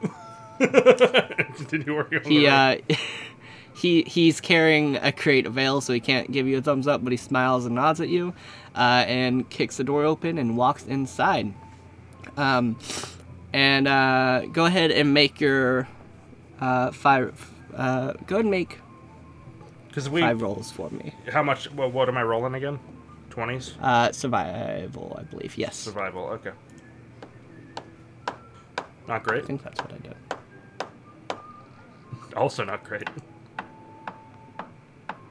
<laughs> Did you work on He the uh, <laughs> he he's carrying a crate of ale, so he can't give you a thumbs up, but he smiles and nods at you, uh, and kicks the door open and walks inside. Um, and uh, go ahead and make your uh, five. Uh, go ahead and make Because we, five rolls for me. how much? Well, what am I rolling again? Twenties Uh, survival, I believe. Yes, I survival. Okay. Not great. think that's what I did. Also not great.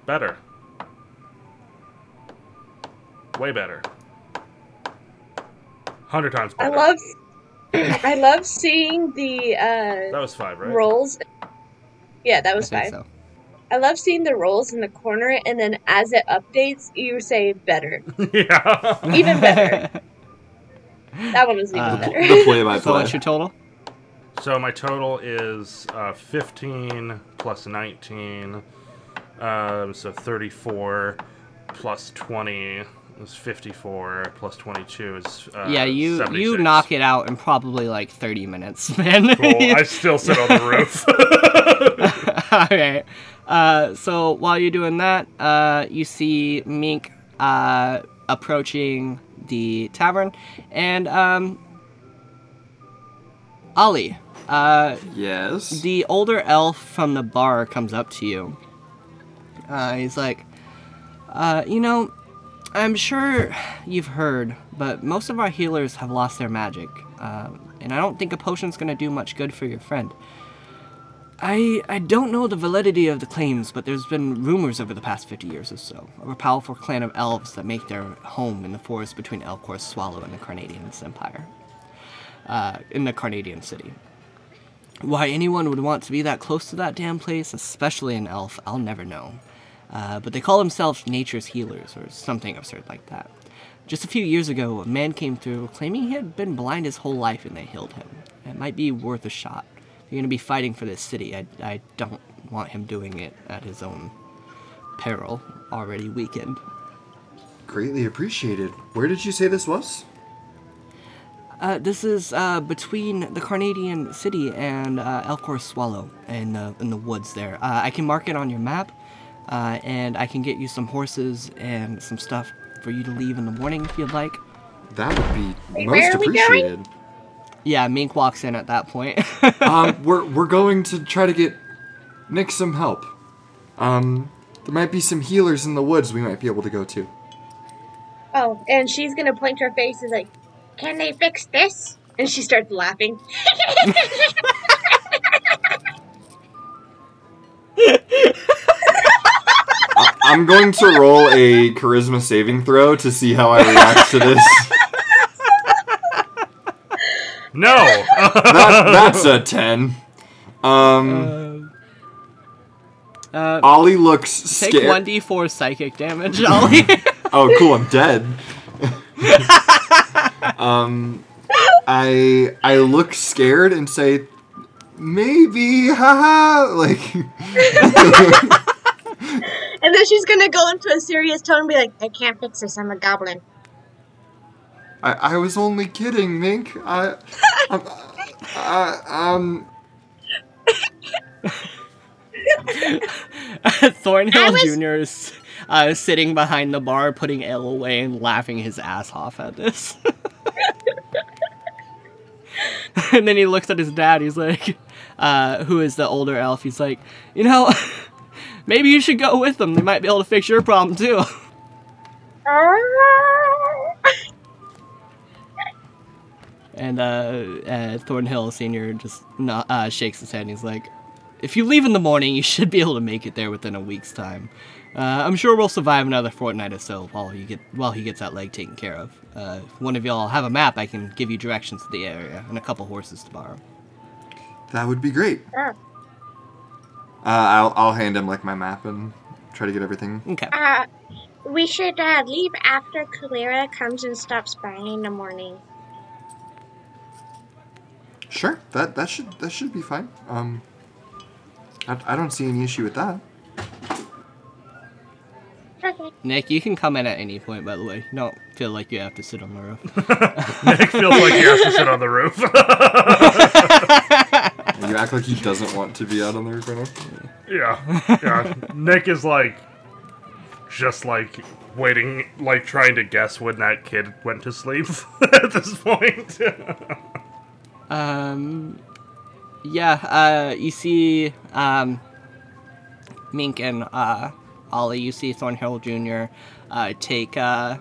Better. Way better. Hundred times I better. love, <clears throat> I love seeing the uh, that was five, right? rolls. Yeah, that was I fine. think so. I love seeing the rolls in the corner, and then as it updates, you say better, <laughs> yeah. <laughs> even better. that one was even Uh, better. The play by So what's play. your total? So my total is uh, fifteen plus nineteen, um, so thirty-four plus twenty is fifty-four plus twenty-two is uh, yeah, you you 76. knock it out in probably like thirty minutes, <laughs> man. Cool. I still sit on the roof. <laughs> <laughs> All right. Uh, so while you're doing that, uh, you see Mink uh, approaching the tavern, and um, Ollie, uh, Yes. the older elf from the bar comes up to you. Uh, he's like, uh, you know, I'm sure you've heard, but most of our healers have lost their magic, uh, and I don't think a potion's gonna do much good for your friend. I I don't know the validity of the claims, but there's been rumors over the past 50 years or so of a powerful clan of elves that make their home in the forest between Elcor Swallow and the Carnadian Empire, uh, in the Carnadian city. Why anyone would want to be that close to that damn place, especially an elf, I'll never know. Uh, but they call themselves nature's healers or something absurd like that. Just a few years ago, a man came through claiming he had been blind his whole life and they healed him. It might be worth a shot. If you're going to be fighting for this city, I, I don't want him doing it at his own peril, already weakened. Greatly appreciated. Where did you say this was? Uh, this is uh, between the Carnadian city and uh, Elcor Swallow in the in the woods there. Uh, I can mark it on your map, uh, and I can get you some horses and some stuff for you to leave in the morning if you'd like. That would be where most are we going? appreciated. Yeah, Mink walks in at that point. <laughs> um, we're we're going to try to get Nick some help. Um, there might be some healers in the woods we might be able to go to. Oh, and she's gonna point her face and like, "Can they fix this?" And she starts laughing. <laughs> I'm going to roll a charisma saving throw to see how I react <laughs> to this. no. <laughs> That, that's a ten. Um, uh, Ollie looks take scared. one d four psychic damage, Ollie. Oh, cool! I'm <laughs> dead. um, I I look scared and say, maybe, haha. <laughs> Like, And then she's gonna go into a serious tone and be like, "I can't fix this. I'm a goblin." I, I was only kidding, Mink. I, I'm, I, um, <laughs> I Thornhill was- Jr. is uh, sitting behind the bar, putting ale away and laughing his ass off at this. <laughs> and then he looks at his dad. He's like, uh, who is the older elf? He's like, you know, <laughs> maybe you should go with them. They might be able to fix your problem too. <laughs> And uh, uh, Thornhill Sr. just no- uh, shakes his head and he's like, If you leave in the morning, you should be able to make it there within a week's time. Uh, I'm sure we'll survive another fortnight or so while you get while he gets that leg taken care of. Uh, if one of y'all have a map, I can give you directions to the area and a couple horses to borrow. that would be great. Uh, Uh, I'll, I'll hand him like my map and try to get everything. Okay. <laughs> uh, we should uh, leave after Kalira comes and stops by in the morning. Sure, that that should that should be fine. Um, I, I don't see any issue with that. Perfect. Nick, you can come in at any point, by the way. You don't feel like you have to sit on the roof. Nick feels like he has to sit on the roof. <laughs> And you act like he doesn't want to be out on the roof right now. yeah, yeah. Nick is like, just like waiting, like trying to guess when that kid went to sleep <laughs> at this point. <laughs> Um, yeah, uh, you see um, Mink and uh, Ollie, you see Thornhill Jr. Uh, take uh,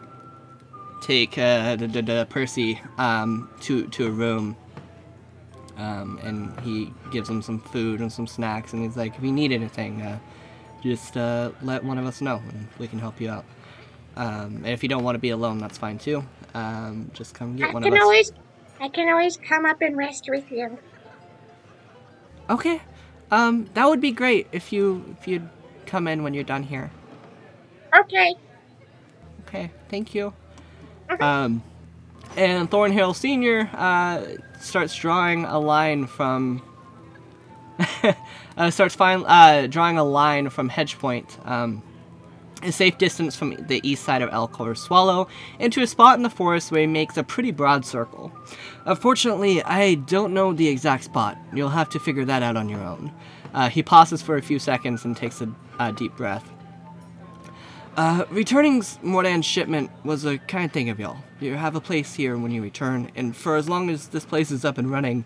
take uh, d- d- d- Percy um, to, to a room. Um, and he gives him some food and some snacks, and he's like, if you need anything, uh, just uh, let one of us know, and we can help you out. Um, and if you don't want to be alone, that's fine too. Um, just come get I one can of us. always, I can always come up and rest with you. Okay. Um, that would be great if you if you'd come in when you're done here. Okay. Okay, thank you. Um, and Thornhill Senior uh, starts drawing a line from. <laughs> uh, starts fin- uh, drawing a line from Hedge Point, um, a safe distance from the east side of Elkhorn Swallow, into a spot in the forest where he makes a pretty broad circle. Unfortunately, I don't know the exact spot. You'll have to figure that out on your own. Uh, he pauses for a few seconds and takes a, a deep breath. Uh, returning s- Mordan's shipment was a kind thing of y'all. You have a place here when you return, and for as long as this place is up and running,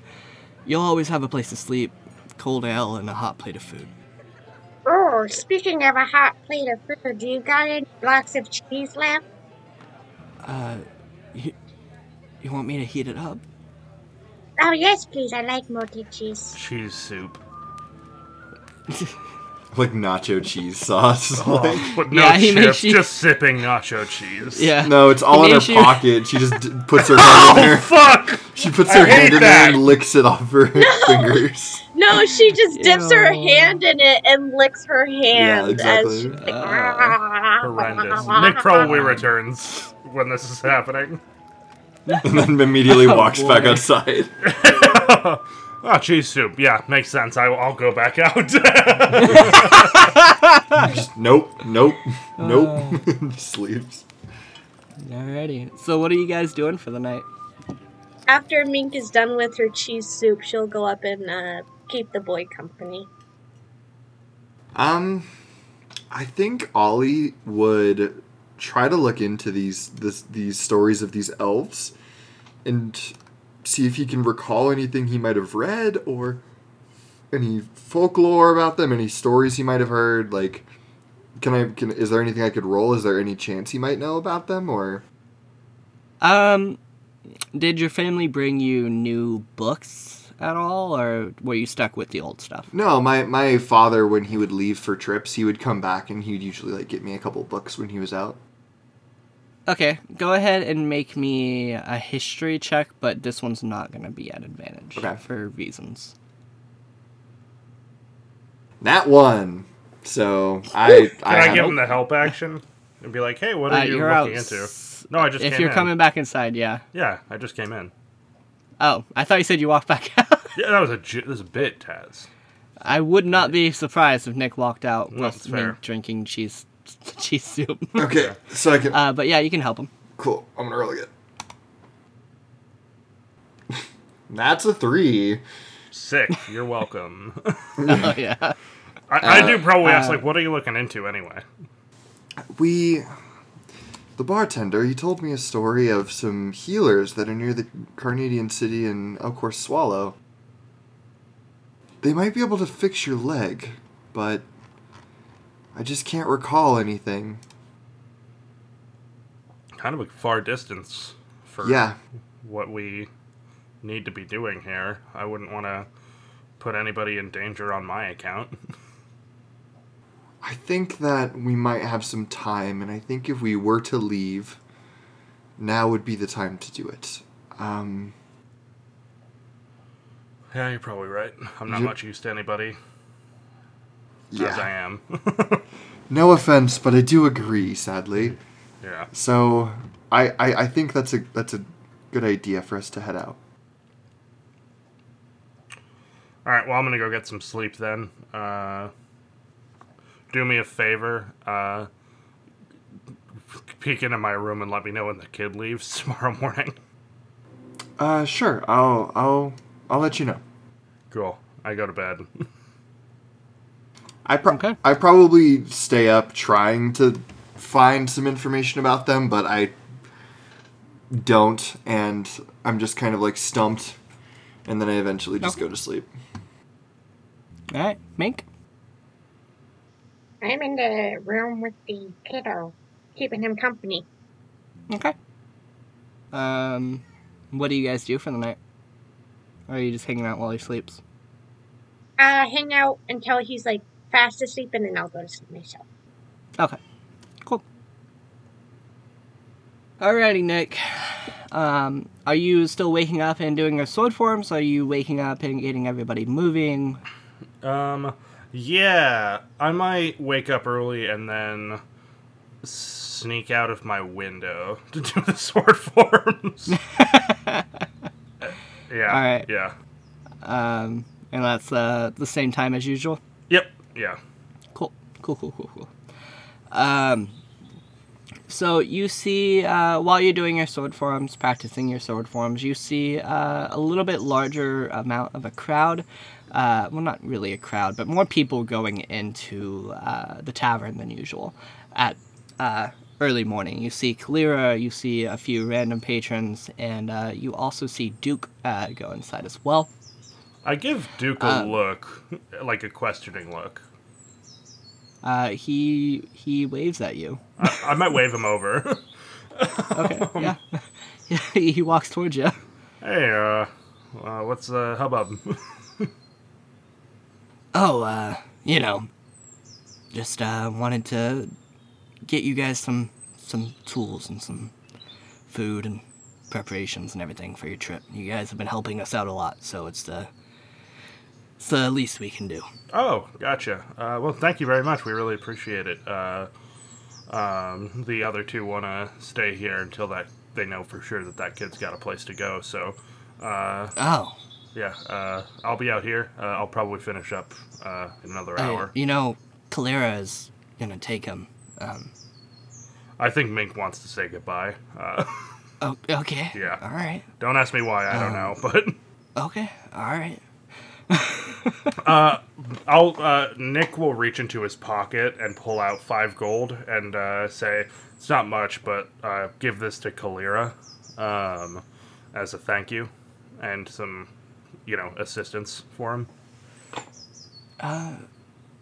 you'll always have a place to sleep, cold ale, and a hot plate of food. Oh, speaking of a hot plate of food, do you got any blocks of cheese left? You want me to heat it up? Oh yes, please. I like melted cheese. Cheese soup. Like nacho cheese <laughs> sauce. like, But no Yeah, he made chips, cheese- just sipping nacho cheese. Yeah. no, it's all in her Maybe she- pocket. She just d- puts her hand in her. Fuck! She puts I her hate hand in there that. and licks it off her <laughs> fingers. No, she just dips her Ew. hand in it and licks her hand. exactly. As she's like, Ah, <laughs> Horrendous. Nick probably returns when this is happening. And then immediately walks back boy. outside. Ah, cheese soup. Yeah, makes sense. I, I'll go back <laughs> out. Nope, nope, nope. <laughs> just leaves. Alrighty. So, what are you guys doing for the night? After Mink is done with her cheese soup, she'll go up and uh, keep the boy company. Um, I think Ollie would try to look into these this, these stories of these elves, and see if he can recall anything he might have read or any folklore about them, any stories he might have heard. Like, can I? Can is there anything I could roll? Is there any chance he might know about them? Or Um, did your family bring you new books at all, or were you stuck with the old stuff? no, my my father when he would leave for trips, he would come back and he'd usually like get me a couple books when he was out. Okay, go ahead and make me a history check, but this one's not going to be at advantage Okay. for reasons. That one. So I I, Can I, have- give him the help action and be like, "Hey, what are Uh, you you're out looking into?" s- No, I just If came you're in. coming back inside, yeah. Yeah, I just came in. Oh, I thought you said you walked back <laughs> out. Yeah, that was a ju- that was a bit, Taz. I would not be surprised if Nick walked out No, with it's me fair. drinking cheese <laughs> cheese soup. <laughs> Okay, so I can. uh, but yeah, you can help him. <laughs> cool. I'm gonna roll again. <laughs> That's a three. <laughs> Sick. You're welcome. <laughs> oh yeah. I, Uh, I do probably ask like, "What are you looking into anyway?" We, the bartender, he told me a story of some healers that are near the Carnadian city in Elkhorst Swallow. They might be able to fix your leg, but I just can't recall anything. Kind of a far distance for Yeah, what we need to be doing here. I wouldn't want to put anybody in danger on my account. I think that we might have some time, and I think if we were to leave, now would be the time to do it. Um, <laughs> yeah, you're probably right. I'm not You- much used to anybody as I yeah. am. <laughs> No offense, but I do agree, sadly. yeah. So I, I, I think that's a that's a good idea for us to head out. All right. Well, I'm gonna go get some sleep then. Uh, do me a favor. Uh, peek into my room and let me know when the kid leaves <laughs> tomorrow morning. Uh, sure. I'll I'll I'll let you know. Cool. I go to bed. I pro- Okay. I probably stay up trying to find some information about them, but I don't, and I'm just kind of like stumped, and then I eventually just go to sleep. All right, Mink. I'm in the room with the kiddo, keeping him company. Okay. Um, what do you guys do for the night? Or are you just hanging out while he sleeps? Uh, hang out until he's like fast asleep, and then I'll go to sleep myself. Okay. Cool. Alrighty, Nick. Um, are you still waking up and doing your sword forms? Are you waking up and getting everybody moving? Um, yeah, I might wake up early and then sneak out of my window <laughs> to do the sword <laughs> forms. yeah. All right. Yeah. Um, and that's uh, the same time as usual. Yep. Yeah. Cool. Cool, cool, cool, cool. Um, so you see, uh, while you're doing your sword forms, practicing your sword forms, you see uh, a little bit larger amount of a crowd. Uh, well, not really a crowd, but more people going into uh, the tavern than usual at uh, early morning. You see Kalira, you see a few random patrons, and uh, you also see Duke uh, go inside as well. I give Duke a look, like a questioning look. Uh, he he waves at you. I, I might wave him over. <laughs> yeah. <laughs> he walks towards you. hey, uh, uh, what's the <laughs> hubbub? Oh, uh, you know, just uh, wanted to get you guys some some tools and some food and preparations and everything for your trip. You guys have been helping us out a lot, so it's the it's the least we can do. Oh, gotcha. Uh, well, thank you very much. We really appreciate it. Uh, um, the other two want to stay here until that they know for sure that that kid's got a place to go. So, uh, Oh, yeah, uh, I'll be out here. Uh, I'll probably finish up uh, in another uh, hour. you know, Calera is gonna take him. Um, I think Mink wants to say goodbye. Uh, oh, okay. Yeah. All right. don't ask me why. I don't know, <laughs> but. Okay. All right. I'll uh, Nick will reach into his pocket and pull out five gold and uh, say, "It's not much, but uh, give this to Kalira um, as a thank you and some, you know, assistance for him."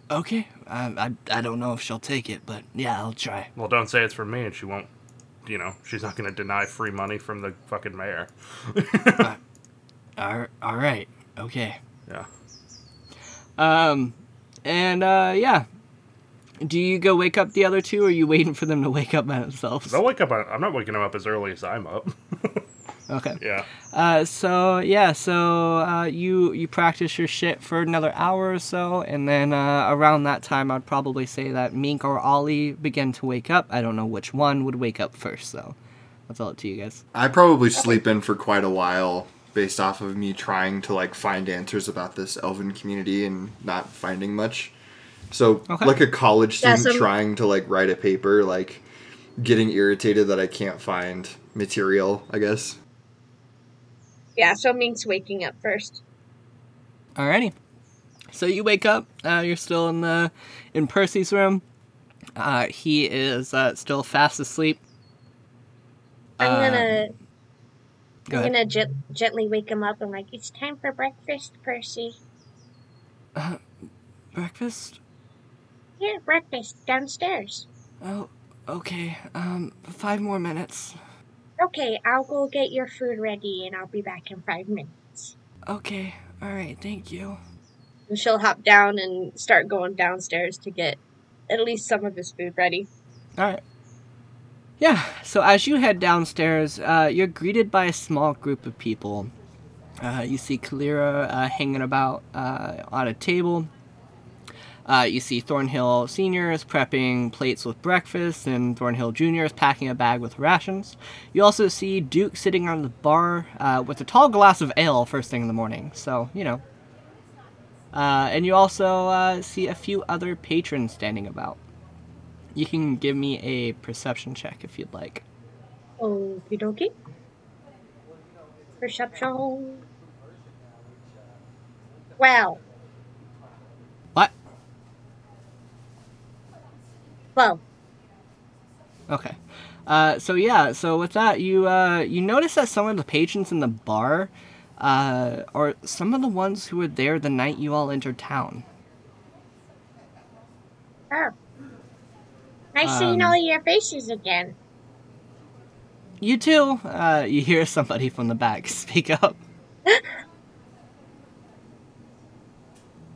Okay. I, I I don't know if she'll take it, but yeah, I'll try. Well, don't say it's from me, and she won't. You know, she's not going to deny free money from the fucking mayor. All, all right. Okay. Yeah. Um, and uh, yeah. Do you go wake up the other two, or are you waiting for them to wake up by themselves? They'll wake up. On, I'm not waking him up as early as I'm up. <laughs> Okay. yeah. Uh, so yeah, so uh, you you practice your shit for another hour or so, and then uh, around that time, I'd probably say that Mink or Ollie begin to wake up. I don't know which one would wake up first, so that's all up to you guys. I probably sleep in for quite a while based off of me trying to like find answers about this elven community and not finding much. So Okay. like a college Yeah, student so- trying to like write a paper, like getting irritated that I can't find material, I guess. Yeah, so Mink's waking up first. Alrighty. So you wake up. Uh, you're still in the in Percy's room. Uh, he is uh, still fast asleep. I'm Um, gonna Go I'm ahead. gonna gent- gently wake him up. I'm like, it's time for breakfast, Percy. Breakfast? Here, breakfast downstairs. Oh, okay. Um, five more minutes. Okay, I'll go get your food ready, and I'll be back in five minutes. Okay. All right. Thank you. And she'll hop down and start going downstairs to get at least some of his food ready. All right. Yeah. So as you head downstairs, uh, you're greeted by a small group of people. Uh, you see Kalira uh, hanging about uh, on a table. Uh, you see Thornhill Sr. is prepping plates with breakfast, and Thornhill Jr. is packing a bag with rations. You also see Duke sitting on the bar uh, with a tall glass of ale first thing in the morning. So, you know, Uh, and you also uh, see a few other patrons standing about. You can give me a perception check if you'd like. Okie dokie. Perception. Wow. What? Well, Okay. Uh, so yeah, so with that, you uh, you notice that some of the patrons in the bar uh, are some of the ones who were there the night you all entered town. oh. Nice seeing Um, all your faces again. You too. Uh, you hear somebody from the back <laughs> speak up.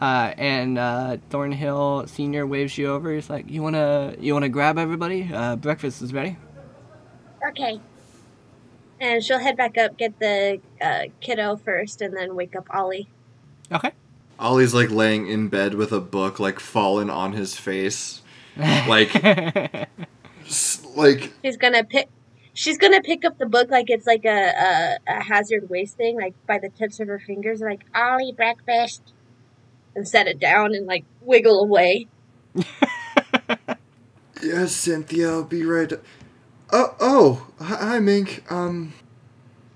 Uh, and uh, Thornhill Senior waves you over. He's like, "You wanna, you wanna grab everybody? Uh, breakfast is ready." Okay. And she'll head back up, get the uh, kiddo first, and then wake up Ollie. Okay. Ollie's like laying in bed with a book like fallen on his face. Like s- like She's gonna pick. She's gonna pick up the book like it's like a, a, a hazard waste thing, like by the tips of her fingers, like Ollie breakfast, and set it down and like wiggle away. Yes, Cynthia, I'll be right. Oh, oh, hi, hi, Mink. Um,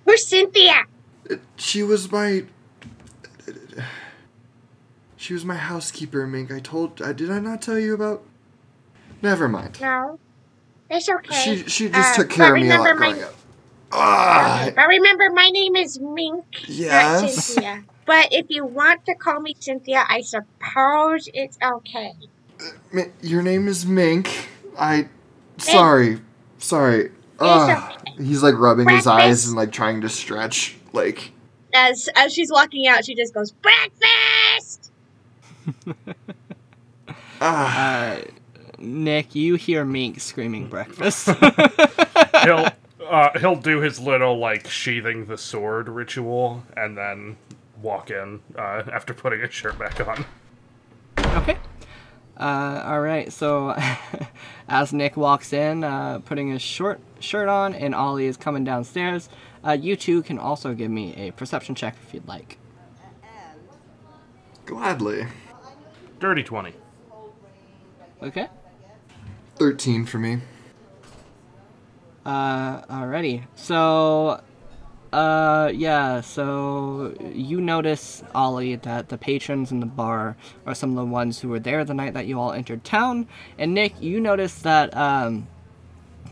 Where's Cynthia? she was my. She was my housekeeper, Mink. I told. I did I not tell you about? Never mind. No, it's okay. She she just Uh, took care but of me a lot remember my- growing up. Ah, But remember, my name is Mink, not Yes. Cynthia. But if you want to call me Cynthia, I suppose it's okay. Mi- your name is Mink. I. Sorry, sorry. Ah, he's like rubbing his eyes Breakfast. and like trying to stretch. Like As as she's walking out, she just goes breakfast. ah, Nick, you hear Mink screaming breakfast. He'll uh, he'll do his little like sheathing the sword ritual and then walk in uh, after putting his shirt back on. Okay. Uh, all right. So, <laughs> as Nick walks in, uh, putting his short shirt on, and Ollie is coming downstairs, uh, you two can also give me a perception check if you'd like. gladly. Dirty twenty. Okay. Thirteen for me. Uh, alrighty. So, uh, yeah. So you notice Ollie that the patrons in the bar are some of the ones who were there the night that you all entered town, and Nick, you notice that um,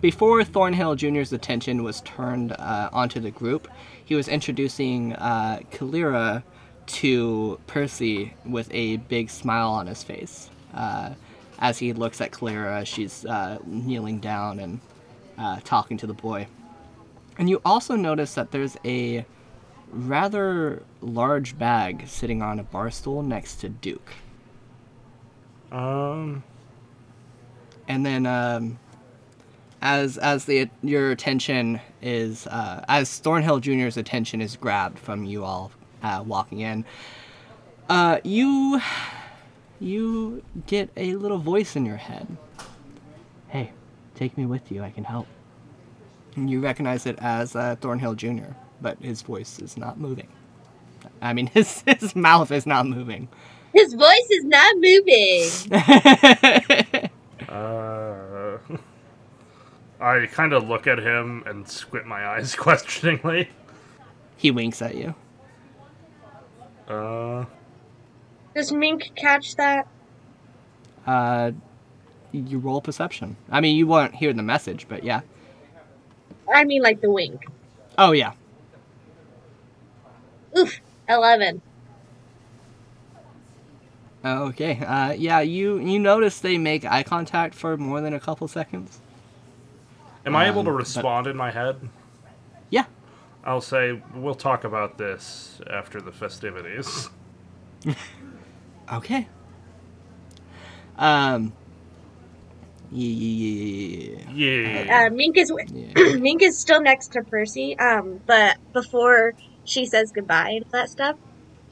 before Thornhill Jr.'s attention was turned uh, onto the group, he was introducing uh, Kalira to Percy with a big smile on his face. Uh, as he looks at Kalira, she's uh, kneeling down and uh, talking to the boy. And you also notice that there's a rather large bag sitting on a bar stool next to Duke. Um, And then, um, as as the your attention is uh, as Thornhill Jr.'s attention is grabbed from you all uh, walking in, uh, you you get a little voice in your head. Hey, take me with you. I can help. And you recognize it as uh, Thornhill Jr., but his voice is not moving. I mean, <laughs> his his mouth is not moving. His voice is not moving. uh, I kind of look at him and squint my eyes <laughs> questioningly. He winks at you. Uh, Does Mink catch that? Uh, you roll perception. I mean, you won't hear the message, but yeah. I mean, like the wink. Oh yeah. Oof, eleven. Okay. Uh, yeah. You you notice they make eye contact for more than a couple seconds. am I able to Um, but- respond in my head? Yeah. I'll say we'll talk about this after the festivities. Okay. Um. Yeah. yeah, yeah, Yeah. Uh, Mink is wi- yeah, yeah. <clears throat> Mink is still next to Percy. Um, but before she says goodbye and all that stuff,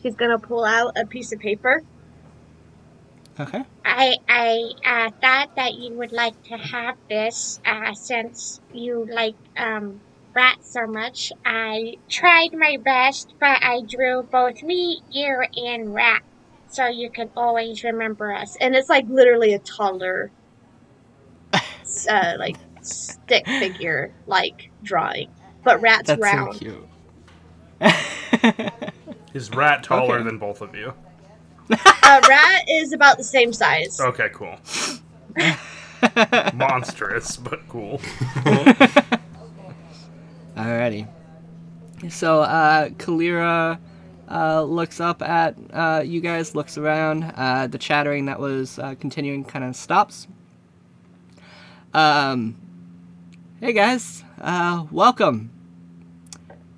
she's gonna pull out a piece of paper. Okay. I I uh, thought that you would like to have this uh, since you like um rats so much. I tried my best, but I drew both me, you, and rat. so you can always remember us. And it's like literally a toddler, uh, like stick figure like drawing, but rat's That's round. so cute. Is Rat taller Okay. than both of you? A rat is about the same size. Okay, cool. <laughs> Monstrous, but cool. <laughs> Alrighty. So uh, Kalira uh, looks up at uh, you guys, looks around. Uh, the chattering that was uh, continuing kind of stops. Um, hey guys, uh, welcome.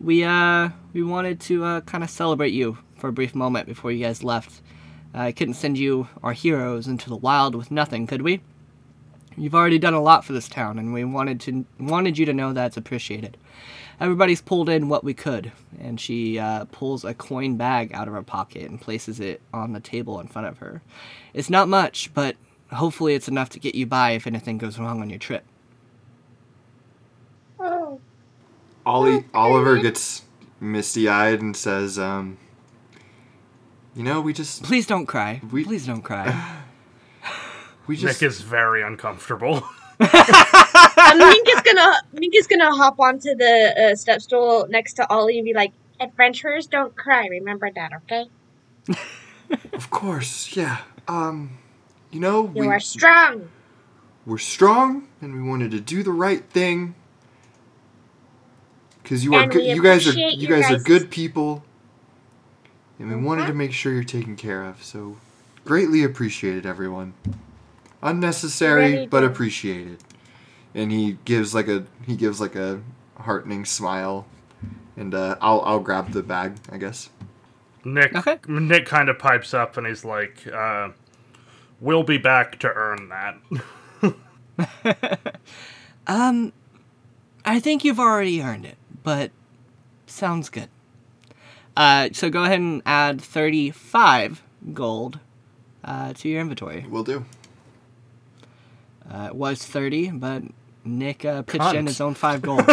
We uh, we wanted to uh, kind of celebrate you for a brief moment before you guys left. I couldn't send you our heroes into the wild with nothing, could we? You've already done a lot for this town, and we wanted to wanted you to know that's appreciated everybody's pulled in what we could and she uh, pulls a coin bag out of her pocket and places it on the table in front of her it's not much but hopefully it's enough to get you by if anything goes wrong on your trip Oh, Ollie Oliver gets misty eyed and says, um, "You know, we just please don't cry We- please don't cry we Nick just is very uncomfortable. <laughs> um, Mink is gonna Mink is gonna hop onto the uh, step stool next to Ollie and be like, "Adventurers don't cry. Remember that, okay? of course, yeah. Um, you know, You we, are strong." we're strong and we wanted to do the right thing because you are And good we you guys are appreciate you you guys are guys. good people and we wanted to Mhm. make sure you're taken care of so greatly appreciated everyone unnecessary Really but do. appreciated and he gives like a he gives like a heartening smile and uh, I'll I'll grab the bag I guess Nick Okay. Nick kind of pipes up and he's like, uh, "We'll be back to earn that." <laughs> i think you've already earned it but sounds good uh, so go ahead and add 35 gold uh, to your inventory will do uh, it was 30 but nick uh, pitched in Cunt. his own 5 gold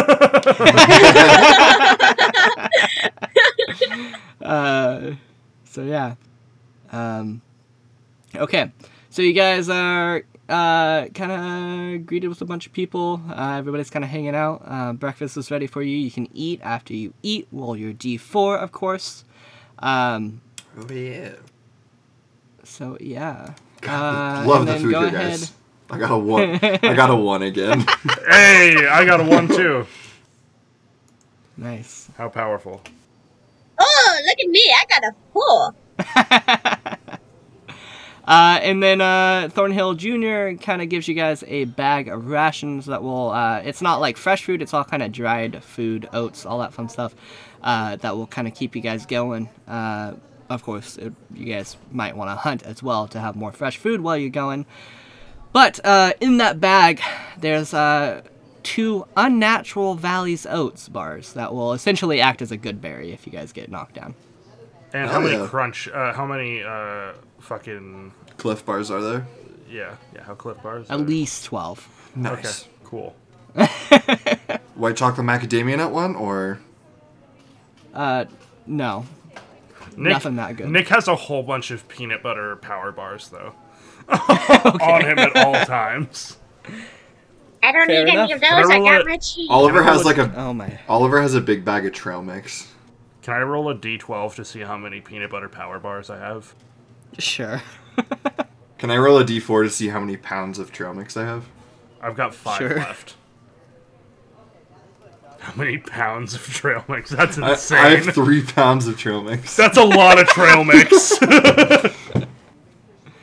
Uh, So yeah. Um, okay. So you guys are uh, kind of greeted with a bunch of people. Uh, everybody's kind of hanging out. Uh, breakfast is ready for you. You can eat after you eat. Roll your D4, of course. Um, oh yeah so yeah. Uh, love and the then food go here ahead- guys I got a one I got a <laughs> one again hey, I got a one too. Nice. How powerful! Oh, look at me! I got a four. Uh, and then uh, Thornhill Jr. kind of gives you guys a bag of rations that will, uh, it's not like fresh food, it's all kind of dried food, oats, all that fun stuff uh, that will kind of keep you guys going. Uh, of course, it, you guys might want to hunt as well to have more fresh food while you're going. But uh, in that bag, there's uh, two unnatural Valley's Oats bars that will essentially act as a good berry if you guys get knocked down. And Oh, how many yeah. crunch? Uh, how many uh, fucking Cliff bars are there yeah yeah? How cliff bars? At are- least 12. Okay, nice cool. white chocolate macadamia nut one or No, Nick, Nothing that good. Nick has a whole bunch of peanut butter power bars though <laughs> on him at all times. I don't Fair need enough. any of those. <laughs> I Roll got it. my cheese. Oliver Can I has roll a- like a Oh my. Oliver has a big bag of trail mix. Can I roll a d12 to see how many peanut butter power bars I have? Sure. <laughs> Can I roll a d4 to see how many pounds of trail mix I have? I've got five Sure. left. How many pounds of trail mix? That's I, insane. I have three pounds of trail <laughs> mix. That's a lot of <laughs> trail mix. Can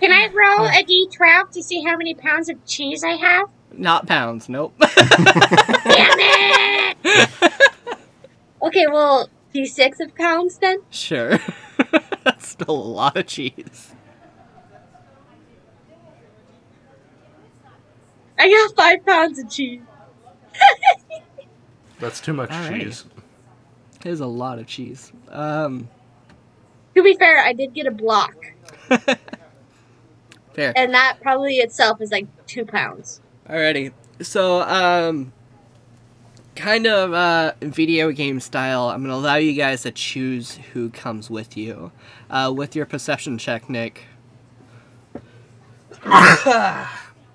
I roll a d12 to see how many pounds of cheese I have? Not pounds, nope. <laughs> Damn it! okay, well, d6 of pounds then. sure. <laughs> That's still a lot of cheese. I got five pounds of cheese. That's too much Alrighty. cheese. There's a lot of cheese. Um, To be fair, I did get a block, fair. and that probably itself is like two pounds. Alrighty. So, um, kind of uh, video game style, I'm going to allow you guys to choose who comes with you. Uh, with your perception check, Nick.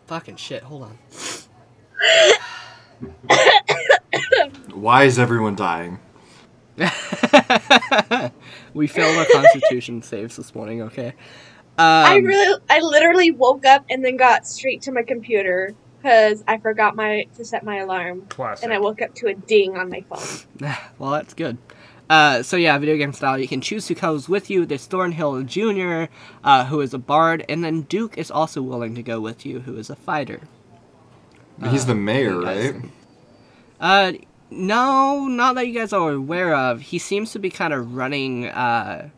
Fucking shit, hold on. Why is everyone dying? We failed our constitution saves this morning, okay? Um, I really, I literally woke up and then got straight to my computer because I forgot my to set my alarm, Classic. and I woke up to a ding on my phone. well, that's good. Uh, so yeah, video game style. You can choose who comes with you. There's Thornhill Jr., uh, who is a bard, and then Duke is also willing to go with you, who is a fighter. He's the mayor, you guys right? think? Uh, no, not that you guys are aware of. He seems to be kind of running uh,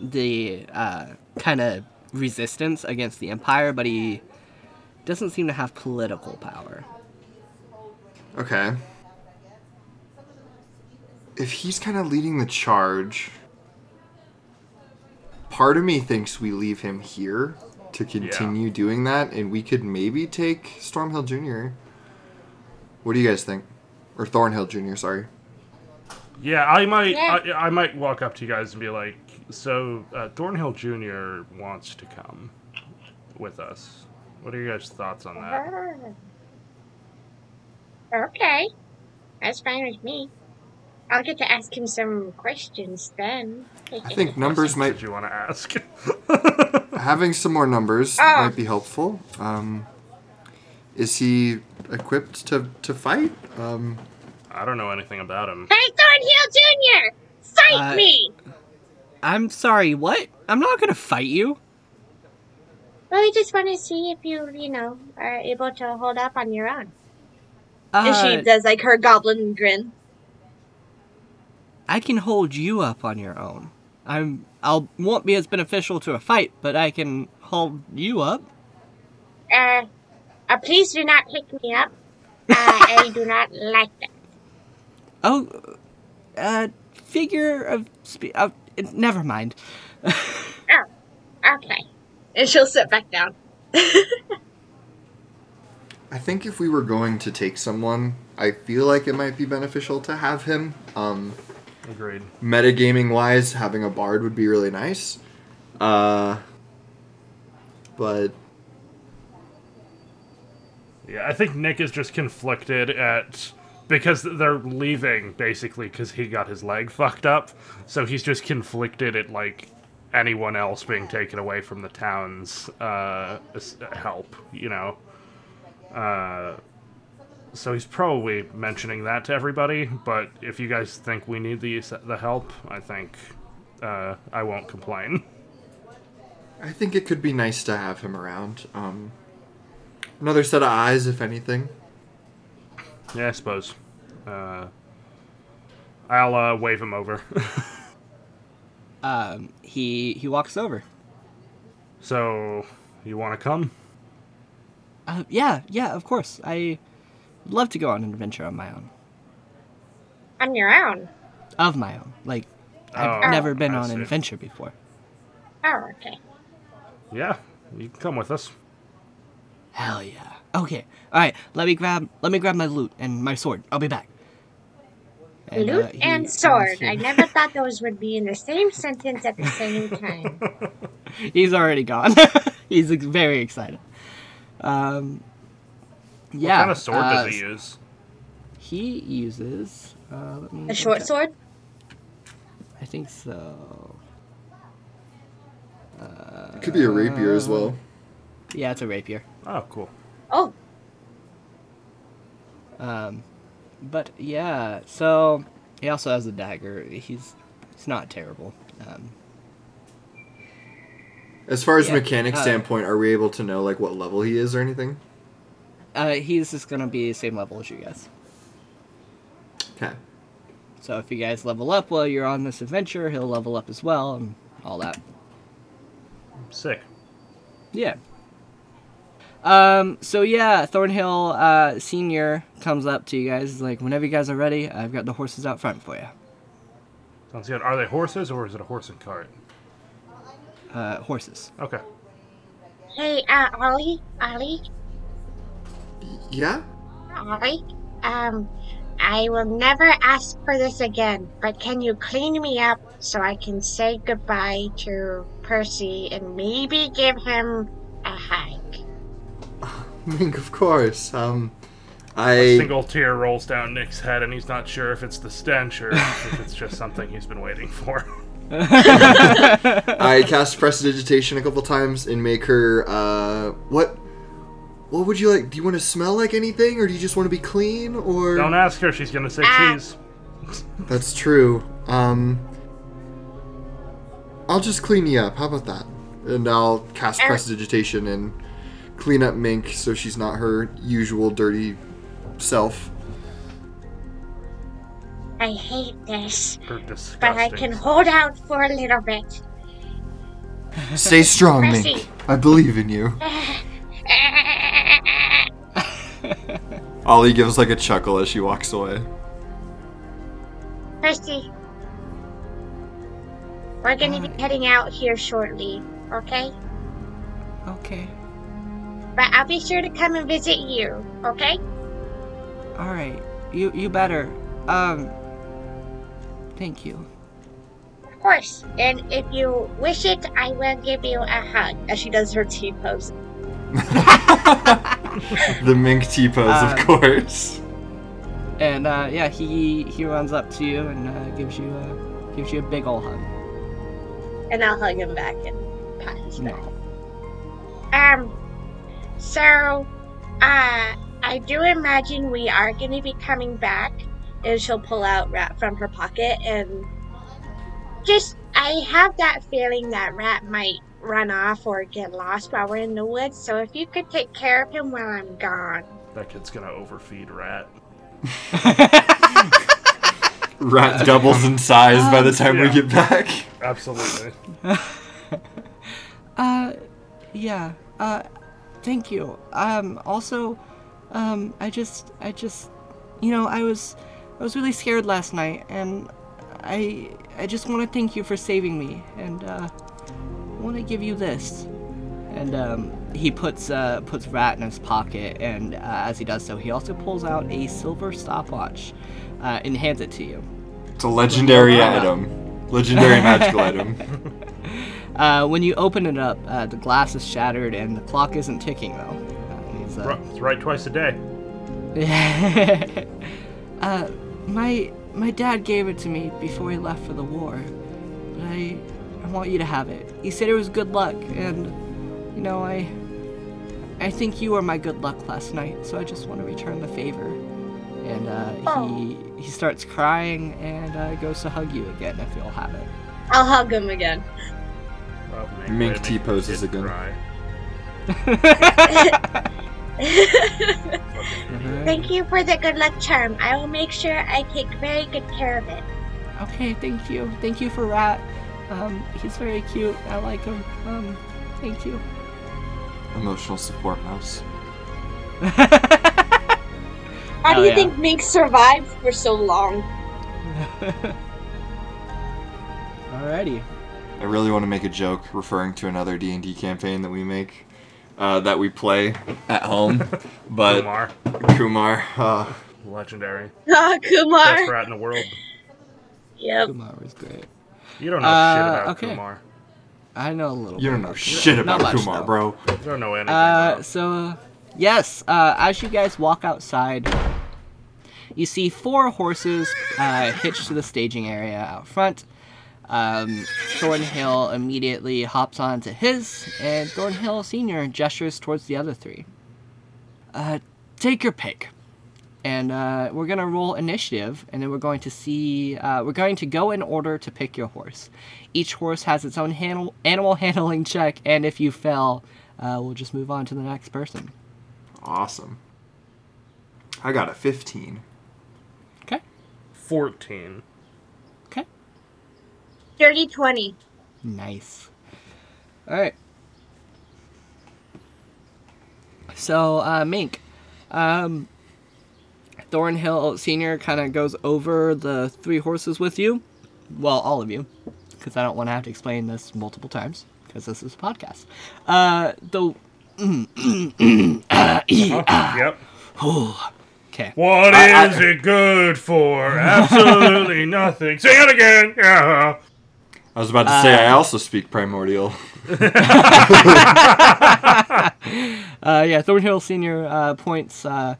the uh, kind of resistance against the empire, but he doesn't seem to have political power. Okay. If he's kind of leading the charge, part of me thinks we leave him here to continue doing that, and we could maybe take Stormhill Jr. What do you guys think? Or Thornhill Jr., sorry. Yeah, I might, Yeah. I, I might walk up to you guys and be like, "So uh, Thornhill Junior wants to come with us. What are your guys' thoughts on that?" Ah. Okay, that's fine with me. I'll get to ask him some questions then. I think numbers might. Did you want to <laughs> ask? <laughs> Having some more numbers Ah. might be helpful. Um, is he equipped to, to fight? Um, I don't know anything about him. Hey, Thornhill Jr., fight Uh, me! I'm sorry, what? I'm not gonna fight you. Well, we just want to see if you, you know, are able to hold up on your own. And Uh, she does like her goblin grin. I can hold you up on your own. I'm. I'll won't be as beneficial to a fight, but I can hold you up. Uh, uh please do not pick me up. Uh, I do not <laughs> like that. Oh, uh, figure of spe- uh, it- never mind. Okay. And she'll sit back down. I think if we were going to take someone, I feel like it might be beneficial to have him. Um, Agreed. metagaming wise, having a bard would be really nice. Uh, but Yeah, I think Nick is just conflicted at because they're leaving basically because he got his leg fucked up, so he's just conflicted at like anyone else being taken away from the town's uh, s- help, you know. Uh, so he's probably mentioning that to everybody. But if you guys think we need the the help, I think uh, I won't complain. <laughs> I think it could be nice to have him around. Um, another set of eyes, if anything. Yeah, I suppose. Uh, I'll uh, wave him over. <laughs> Um, he he walks over. So, you want to come? Uh, yeah, yeah, of course. I love to go on an adventure on my own, On your own. of my own. Like I've Oh, never been I on an see. adventure before. Oh, okay. Yeah, you can come with us. Hell yeah. Okay. All right. Let me grab let me grab my loot and my sword. I'll be back. And, uh, Loot he- he and leaves sword. you. <laughs> I never thought those would be in the same sentence at the same time. <laughs> He's already gone. <laughs> He's ex- very excited. Um, yeah. what kind of sword uh, does he use? He uses. Uh, let me A short check. sword? I think so. It could be a rapier as Um, well. Yeah, it's a rapier. Oh, cool. Oh, Um, but yeah, so he also has a dagger. He's he's not terrible. Um, As far as Yeah, mechanic uh, standpoint, are we able to know like what level he is or anything? uh, he's just gonna be the same level as you guys. Okay. So if you guys level up while you're on this adventure, he'll level up as well and all that. Sick. Yeah. Um, so yeah, Thornhill uh, Senior comes up to you guys. He's like, whenever you guys are ready, I've got the horses out front for you. Sounds good. Are they horses or is it a horse and cart? Uh, horses. Okay. hey, uh, Ollie? Ollie? Yeah. <laughs> Ollie? Um, I will never ask for this again, but can you clean me up so I can say goodbye to Percy and maybe give him a hug? Mink, of course. Um, A I single tear rolls down Nick's head, and he's not sure if it's the stench or <laughs> if it's just something he's been waiting <laughs> for. I cast prestidigitation a couple times and make her. Uh, what? What would you like? Do you want to smell like anything, or do you just want to be clean? Or Don't ask her; she's gonna say Ah. cheese. that's true. Um, I'll just clean you up. How about that? And I'll cast Er- prestidigitation and clean up Mink so she's not her usual dirty self. I hate this, Or but I disgusting. can hold out for a little bit. <laughs> Stay strong, Mink. Percy. I believe in you. Ollie gives like a chuckle as she walks away. Percy, we're gonna be heading out here shortly, okay? Okay. But I'll be sure to come and visit you, okay? All right. You you better. Um. Thank you. Of course. And if you wish it, I will give you a hug. As she does her T pose. The mink T pose, Um, of course. And uh, yeah, he he runs up to you and uh, gives you a gives you a big ol' hug. And I'll hug him back and pat his back. No. Um, so, uh, I do imagine we are going to be coming back, and she'll pull out Rat from her pocket, and just I have that feeling that Rat might run off or get lost while we're in the woods. So if you could take care of him while I'm gone, That kid's gonna overfeed Rat. Rat doubles in size by the time we yeah. get back. Absolutely. Uh, yeah. Uh, thank you. Um, also, um, I just, I just, you know, I was, I was really scared last night, and I, I just want to thank you for saving me, and uh, I want to give you this. And um, he puts uh, puts rat in his pocket, and uh, as he does so, he also pulls out a silver stopwatch uh, and hands it to you. It's a legendary item. Legendary magical item. <laughs> Uh, when you open it up, uh, the glass is shattered, and the clock isn't ticking though. Uh, he's, uh, Ru- It's right twice a day. <laughs> uh, my my dad gave it to me before he left for the war, but I I want you to have it. He said it was good luck, and you know I I think you were my good luck last night, so I just want to return the favor. And uh, he he starts crying and uh, goes to hug you again if you'll have it. I'll hug him again. Well, Mink, Mink way to T make the poses kid again. cry. <laughs> Uh-huh. Thank you for the good luck charm. I will make sure I take very good care of it. Okay, thank you, thank you for Rat. Um, he's very cute. I like him. Um, thank you. Emotional support mouse. How Oh, do you yeah. think Mink survived for so long? <laughs> Alrighty. I really want to make a joke referring to another D and D campaign that we make, uh, that we play at home, but Kumar, Kumar. Uh, legendary, <laughs> Ah, best Kumar. rat in the world. Yep. Kumar was great. You don't know shit Uh, about okay. Kumar. I know a little. you bit don't know about shit Not about much, Kumar, though. bro. You don't know anything. Uh, about- so, uh, yes, uh, as you guys walk outside, you see four horses uh, hitched to the staging area out front. Um, Thornhill immediately hops onto his, and Thornhill Sr. gestures towards the other three. Uh, take your pick. And uh, we're going to roll initiative, and then we're going to see. Uh, we're going to go in order to pick your horse. Each horse has its own handle, animal <laughs> handling check, and if you fail, uh, we'll just move on to the next person. Awesome. I got a 15. Okay. <sighs> Fourteen. Okay. Dirty 20. Nice. All right. So, uh, Mink, um, Thornhill Senior kind of goes over the three horses with you. Well, all of you, because I don't want to have to explain this multiple times because this is a podcast. Uh, the <sighs> Huh? yep. Okay. What is I- I- it good <laughs> for? Absolutely nothing. Sing it again. Yeah. I was about to say I also speak primordial. Uh, yeah, Thornhill Senior uh, points. Uh,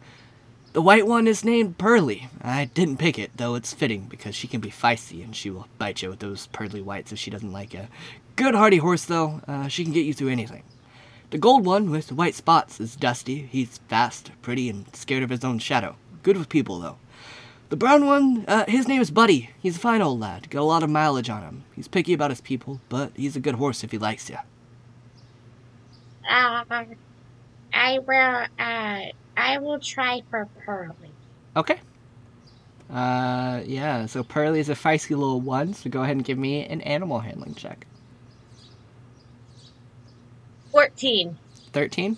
the white one is named Pearly. I didn't pick it, though it's fitting because she can be feisty and she will bite you with those pearly whites if she doesn't like you. Good hardy horse, though. Uh, she can get you through anything. The gold one with the white spots is Dusty. He's fast, pretty, and scared of his own shadow. Good with people, though. The brown one, uh, his name is Buddy. He's a fine old lad. Got a lot of mileage on him. He's picky about his people, but he's a good horse if he likes you. Uh, I will. Uh, I will try for Pearly. Okay. Uh, yeah, so Pearly is a feisty little one, so go ahead and give me an animal handling check. Fourteen. 13?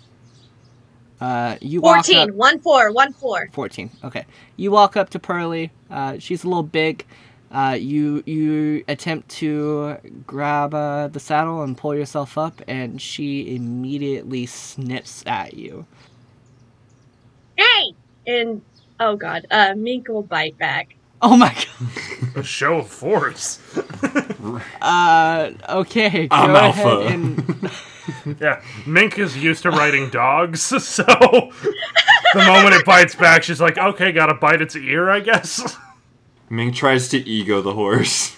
Uh, you walk Fourteen. up... One four. One four. 14, okay. You walk up to Pearly, uh, she's a little big. Uh, you you attempt to grab uh, the saddle and pull yourself up, and she immediately snips at you. Hey! And oh god, uh, Mink will bite back. Oh my <laughs> god! A show of force. Uh, okay, go I'm ahead alpha. and Yeah. Mink is used <laughs> to riding dogs, <laughs> so the moment it bites back, she's like, okay, gotta bite its ear, I guess. <laughs> Ming tries to ego the horse.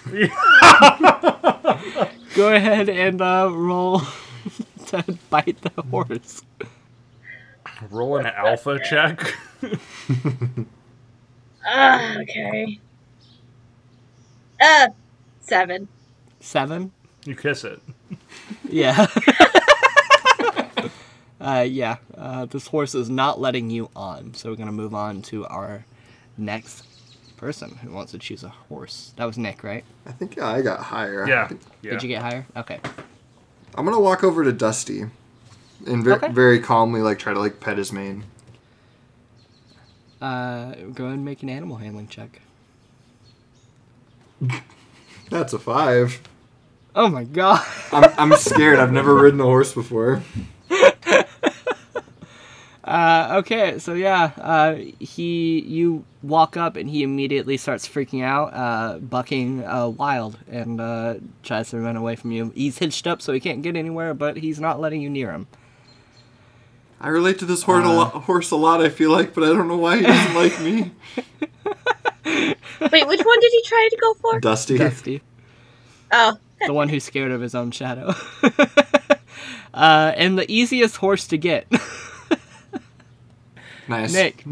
go ahead and uh, roll <laughs> to bite the horse. Roll an alpha check. Uh, okay. Uh, seven. Seven. You kiss it. Yeah. <laughs> uh, yeah. Uh, this horse is not letting you on, so we're gonna move on to our next person who wants to choose a horse. That was Nick, right? <laughs> I think yeah, I got higher. Yeah. yeah. Did you get higher? Okay. I'm gonna walk over to Dusty, and ver- Okay. very calmly like try to like pet his mane. Uh, go ahead and make an animal handling check. That's a five. Oh my god. <laughs> I'm, I'm scared. I've never ridden a horse before. Uh, okay, so yeah, uh, he you walk up and he immediately starts freaking out, uh, bucking uh, wild, and uh, tries to run away from you. He's hitched up so he can't get anywhere, but he's not letting you near him. I relate to this horse Uh. a lot, horse a lot. I feel like, but I don't know why he doesn't like me. Wait, which one did he try to go for? Dusty. Dusty, Oh, the one who's scared of his own shadow, <laughs> uh, and the easiest horse to get. <laughs> Nice. Nick,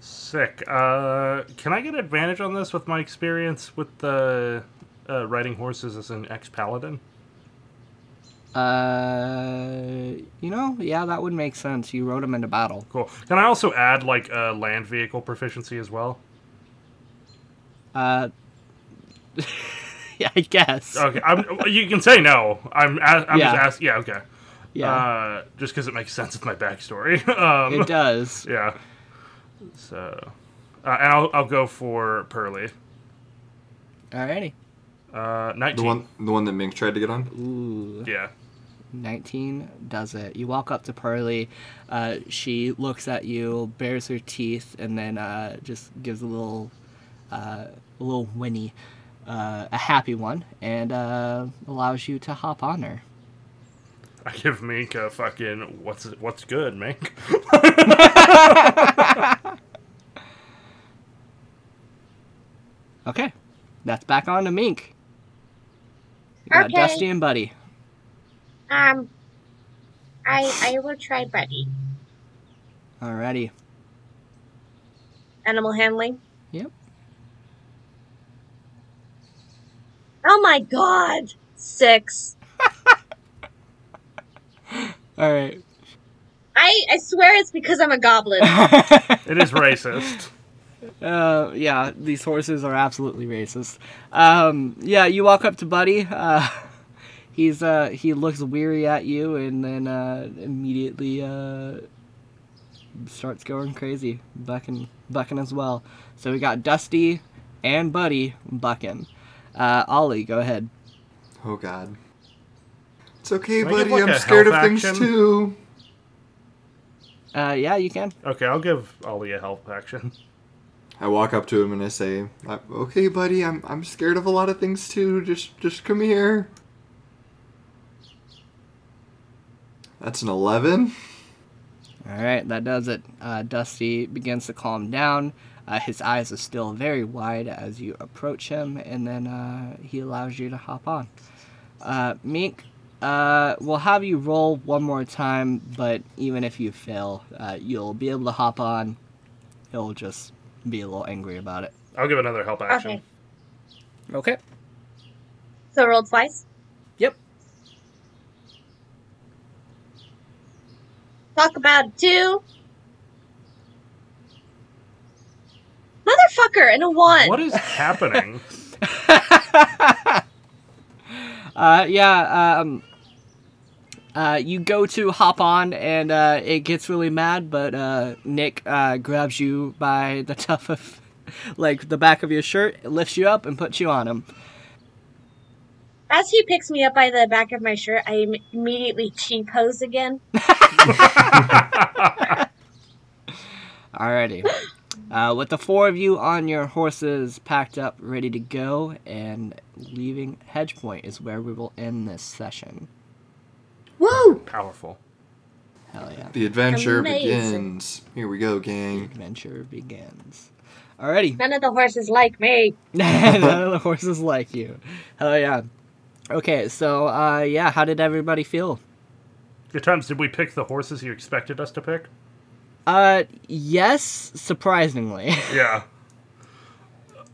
Sick. Uh, can I get advantage on this with my experience with the uh, riding horses as an ex paladin? uh, you know, yeah, that would make sense. You rode him into battle. <laughs> Cool. Can I also add like uh, land vehicle proficiency as well? Uh, yeah, I guess. Okay. I'm, you can say no. I'm. a- I'm Yeah. just asking. Yeah. Okay. yeah, Uh, just because it makes sense with my backstory. <laughs> um, it <laughs> does. yeah. So, uh, and I'll, I'll go for Pearly. Alrighty. Uh, The Nineteen. one, the one that Mink tried to get on. Ooh. Yeah. 19 does it. You walk up to Pearly. Uh, she looks at you, bares her teeth, and then uh, just gives a little, uh, a little whinny, uh, a happy one, and uh, allows you to hop on her. I give Mink a fucking what's what's good, Mink. <laughs> Okay, that's back on to Mink. You got Okay. Dusty and Buddy. um, I I will try Buddy. Alrighty. Animal handling. Yep. Oh my god, six. All right. I I swear it's because I'm <laughs> a goblin. It is racist. Uh, yeah, these horses are absolutely racist. Um, yeah, you walk up to Buddy. Uh, <laughs> he's uh, he looks weary at you, and then uh, immediately uh, starts going crazy, bucking, bucking as well. So we got Dusty and Buddy bucking. Uh, Ollie, go ahead. Oh God. It's okay, Can I give, buddy. like, I'm a scared of health things action? too. Uh, yeah, you can. Okay, I'll give Ollie a help action. I walk up to him and I say, "Uh, "Okay, buddy, I'm I'm scared of a lot of things too. Just just come here." That's an eleven. All right, that does it. Uh, Dusty begins to calm down. Uh, his eyes are still very wide as you approach him, and then uh, he allows you to hop on. Uh, Mink, uh, we'll have you roll one more time, but even if you fail, uh, you'll be able to hop on. He'll just be a little angry about it. I'll give another help action. Okay. Okay. So roll twice. Yep. Talk about it too. Motherfucker and a one. What is happening? <laughs> Uh, yeah, um, uh, you go to hop on, and uh, it gets really mad, but uh, Nick uh, grabs you by the <laughs> tuff of, like, the back of your shirt, lifts you up, and puts you on him. As he picks me up by the back of my shirt, I im- immediately T <laughs> pose again. Alrighty. Uh, with the four of you on your horses packed up, ready to go, and leaving Hedge Point is where we will end this session. Woo! Powerful. Hell yeah. The adventure Amazing. begins. Here we <laughs> go, gang. Adventure begins. Alrighty. None of the horses like me. <laughs> <laughs> None of the horses like you. Hell yeah. Okay, so uh, yeah, how did everybody feel? Good times. Did we pick the horses you expected us to pick? Uh, yes, surprisingly. <laughs> Yeah.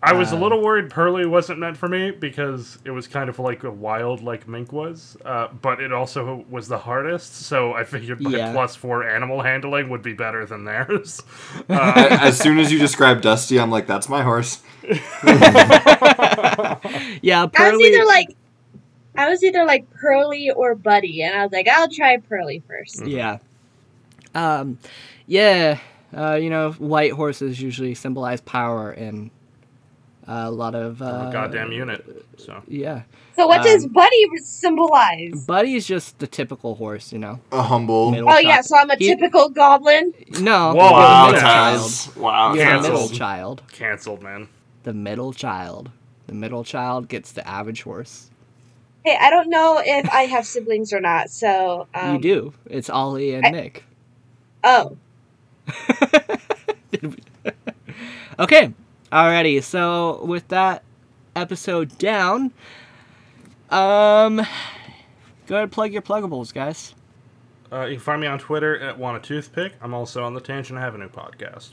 I was Uh, a little worried Pearly wasn't meant for me because it was kind of like a wild like Mink was, uh, but it also was the hardest, so I figured my Yeah. plus four animal handling would be better than theirs. <laughs> As soon as you describe Dusty, I'm like, "That's my horse." yeah, I was Pearly. either like, I was either like Pearly or Buddy, and I was like, I'll try Pearly first. yeah. Um, yeah. Uh, you know, white horses usually symbolize power and a lot of uh, A Oh, goddamn unit. So Yeah, So what does Um, Buddy symbolize? Buddy's just the typical horse, you know. A humble. middle Oh child. yeah, so I'm a He- typical goblin. No, Whoa, Wow, you're the middle child. Taz. Wow, You're Yeah, the middle that's- Taz. child. canceled, man. The middle child. The middle child gets the average horse. Hey, I don't know if I have siblings or not. So um, you do. It's Ollie and I- Nick. Oh, Okay. Alrighty. So with that episode down, um, go ahead and plug your pluggables, guys. Uh, you can find me on Twitter at Wanna Toothpick. I'm also on the Tangent Avenue podcast.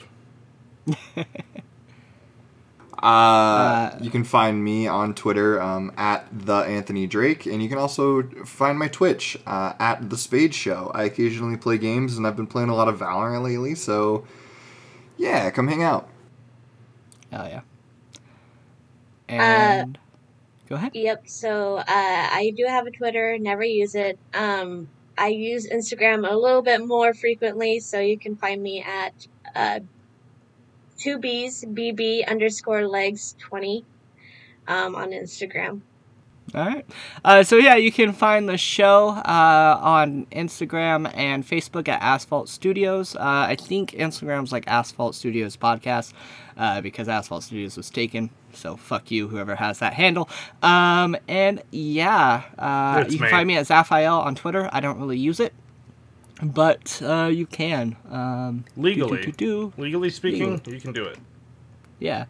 Uh, you can find me on Twitter um, at the Anthony Drake, and you can also find my Twitch uh, at the Spade Show. I occasionally play games, and I've been playing a lot of Valorant lately. So, yeah, come hang out. Hell yeah. Uh, And go ahead. yep. So uh, I do have a Twitter. Never use it. Um, I use Instagram a little bit more frequently, so you can find me at uh, two b's bb underscore legs twenty um, on Instagram. All right. Uh, so yeah, you can find the show uh, on Instagram and Facebook at Asphalt Studios. Uh, I think Instagram's like Asphalt Studios Podcast uh, because Asphalt Studios was taken. So fuck you, whoever has that handle. Um, and yeah, uh, That's you can me. find me at Zaphael on Twitter. I don't really use it, but uh, you can um, do, do, Legally. do, do. Legally speaking, you can do it. Yeah.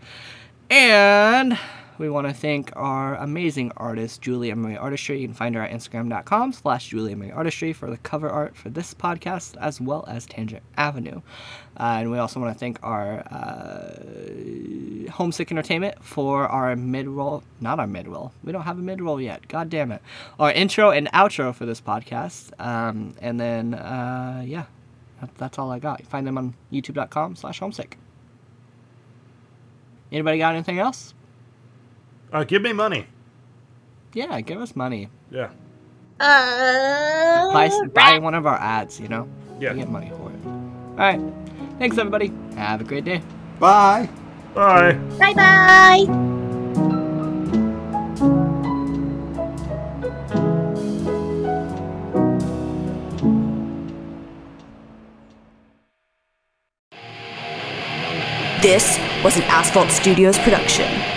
And we want to thank our amazing artist, Julia Marie Artistry. You can find her at Instagram.com slash Julia Marie Artistry for the cover art for this podcast, as well as Tangent Avenue. Uh, and we also want to thank our uh, Homesick Entertainment for our mid-roll. Not our mid-roll. We don't have a mid-roll yet. God damn it. Our intro and outro for this podcast. Um, and then, uh, yeah, that, that's all I got. You find them on YouTube.com slash Homesick. Anybody got anything else? Uh, give me money. Yeah, give us money. Yeah. Uh, Buy, buy one of our ads, you know? Yeah. We get money for it. All right. Thanks, everybody. Have a great day. Bye. Bye. bye bye. This was an Asphalt Studios production.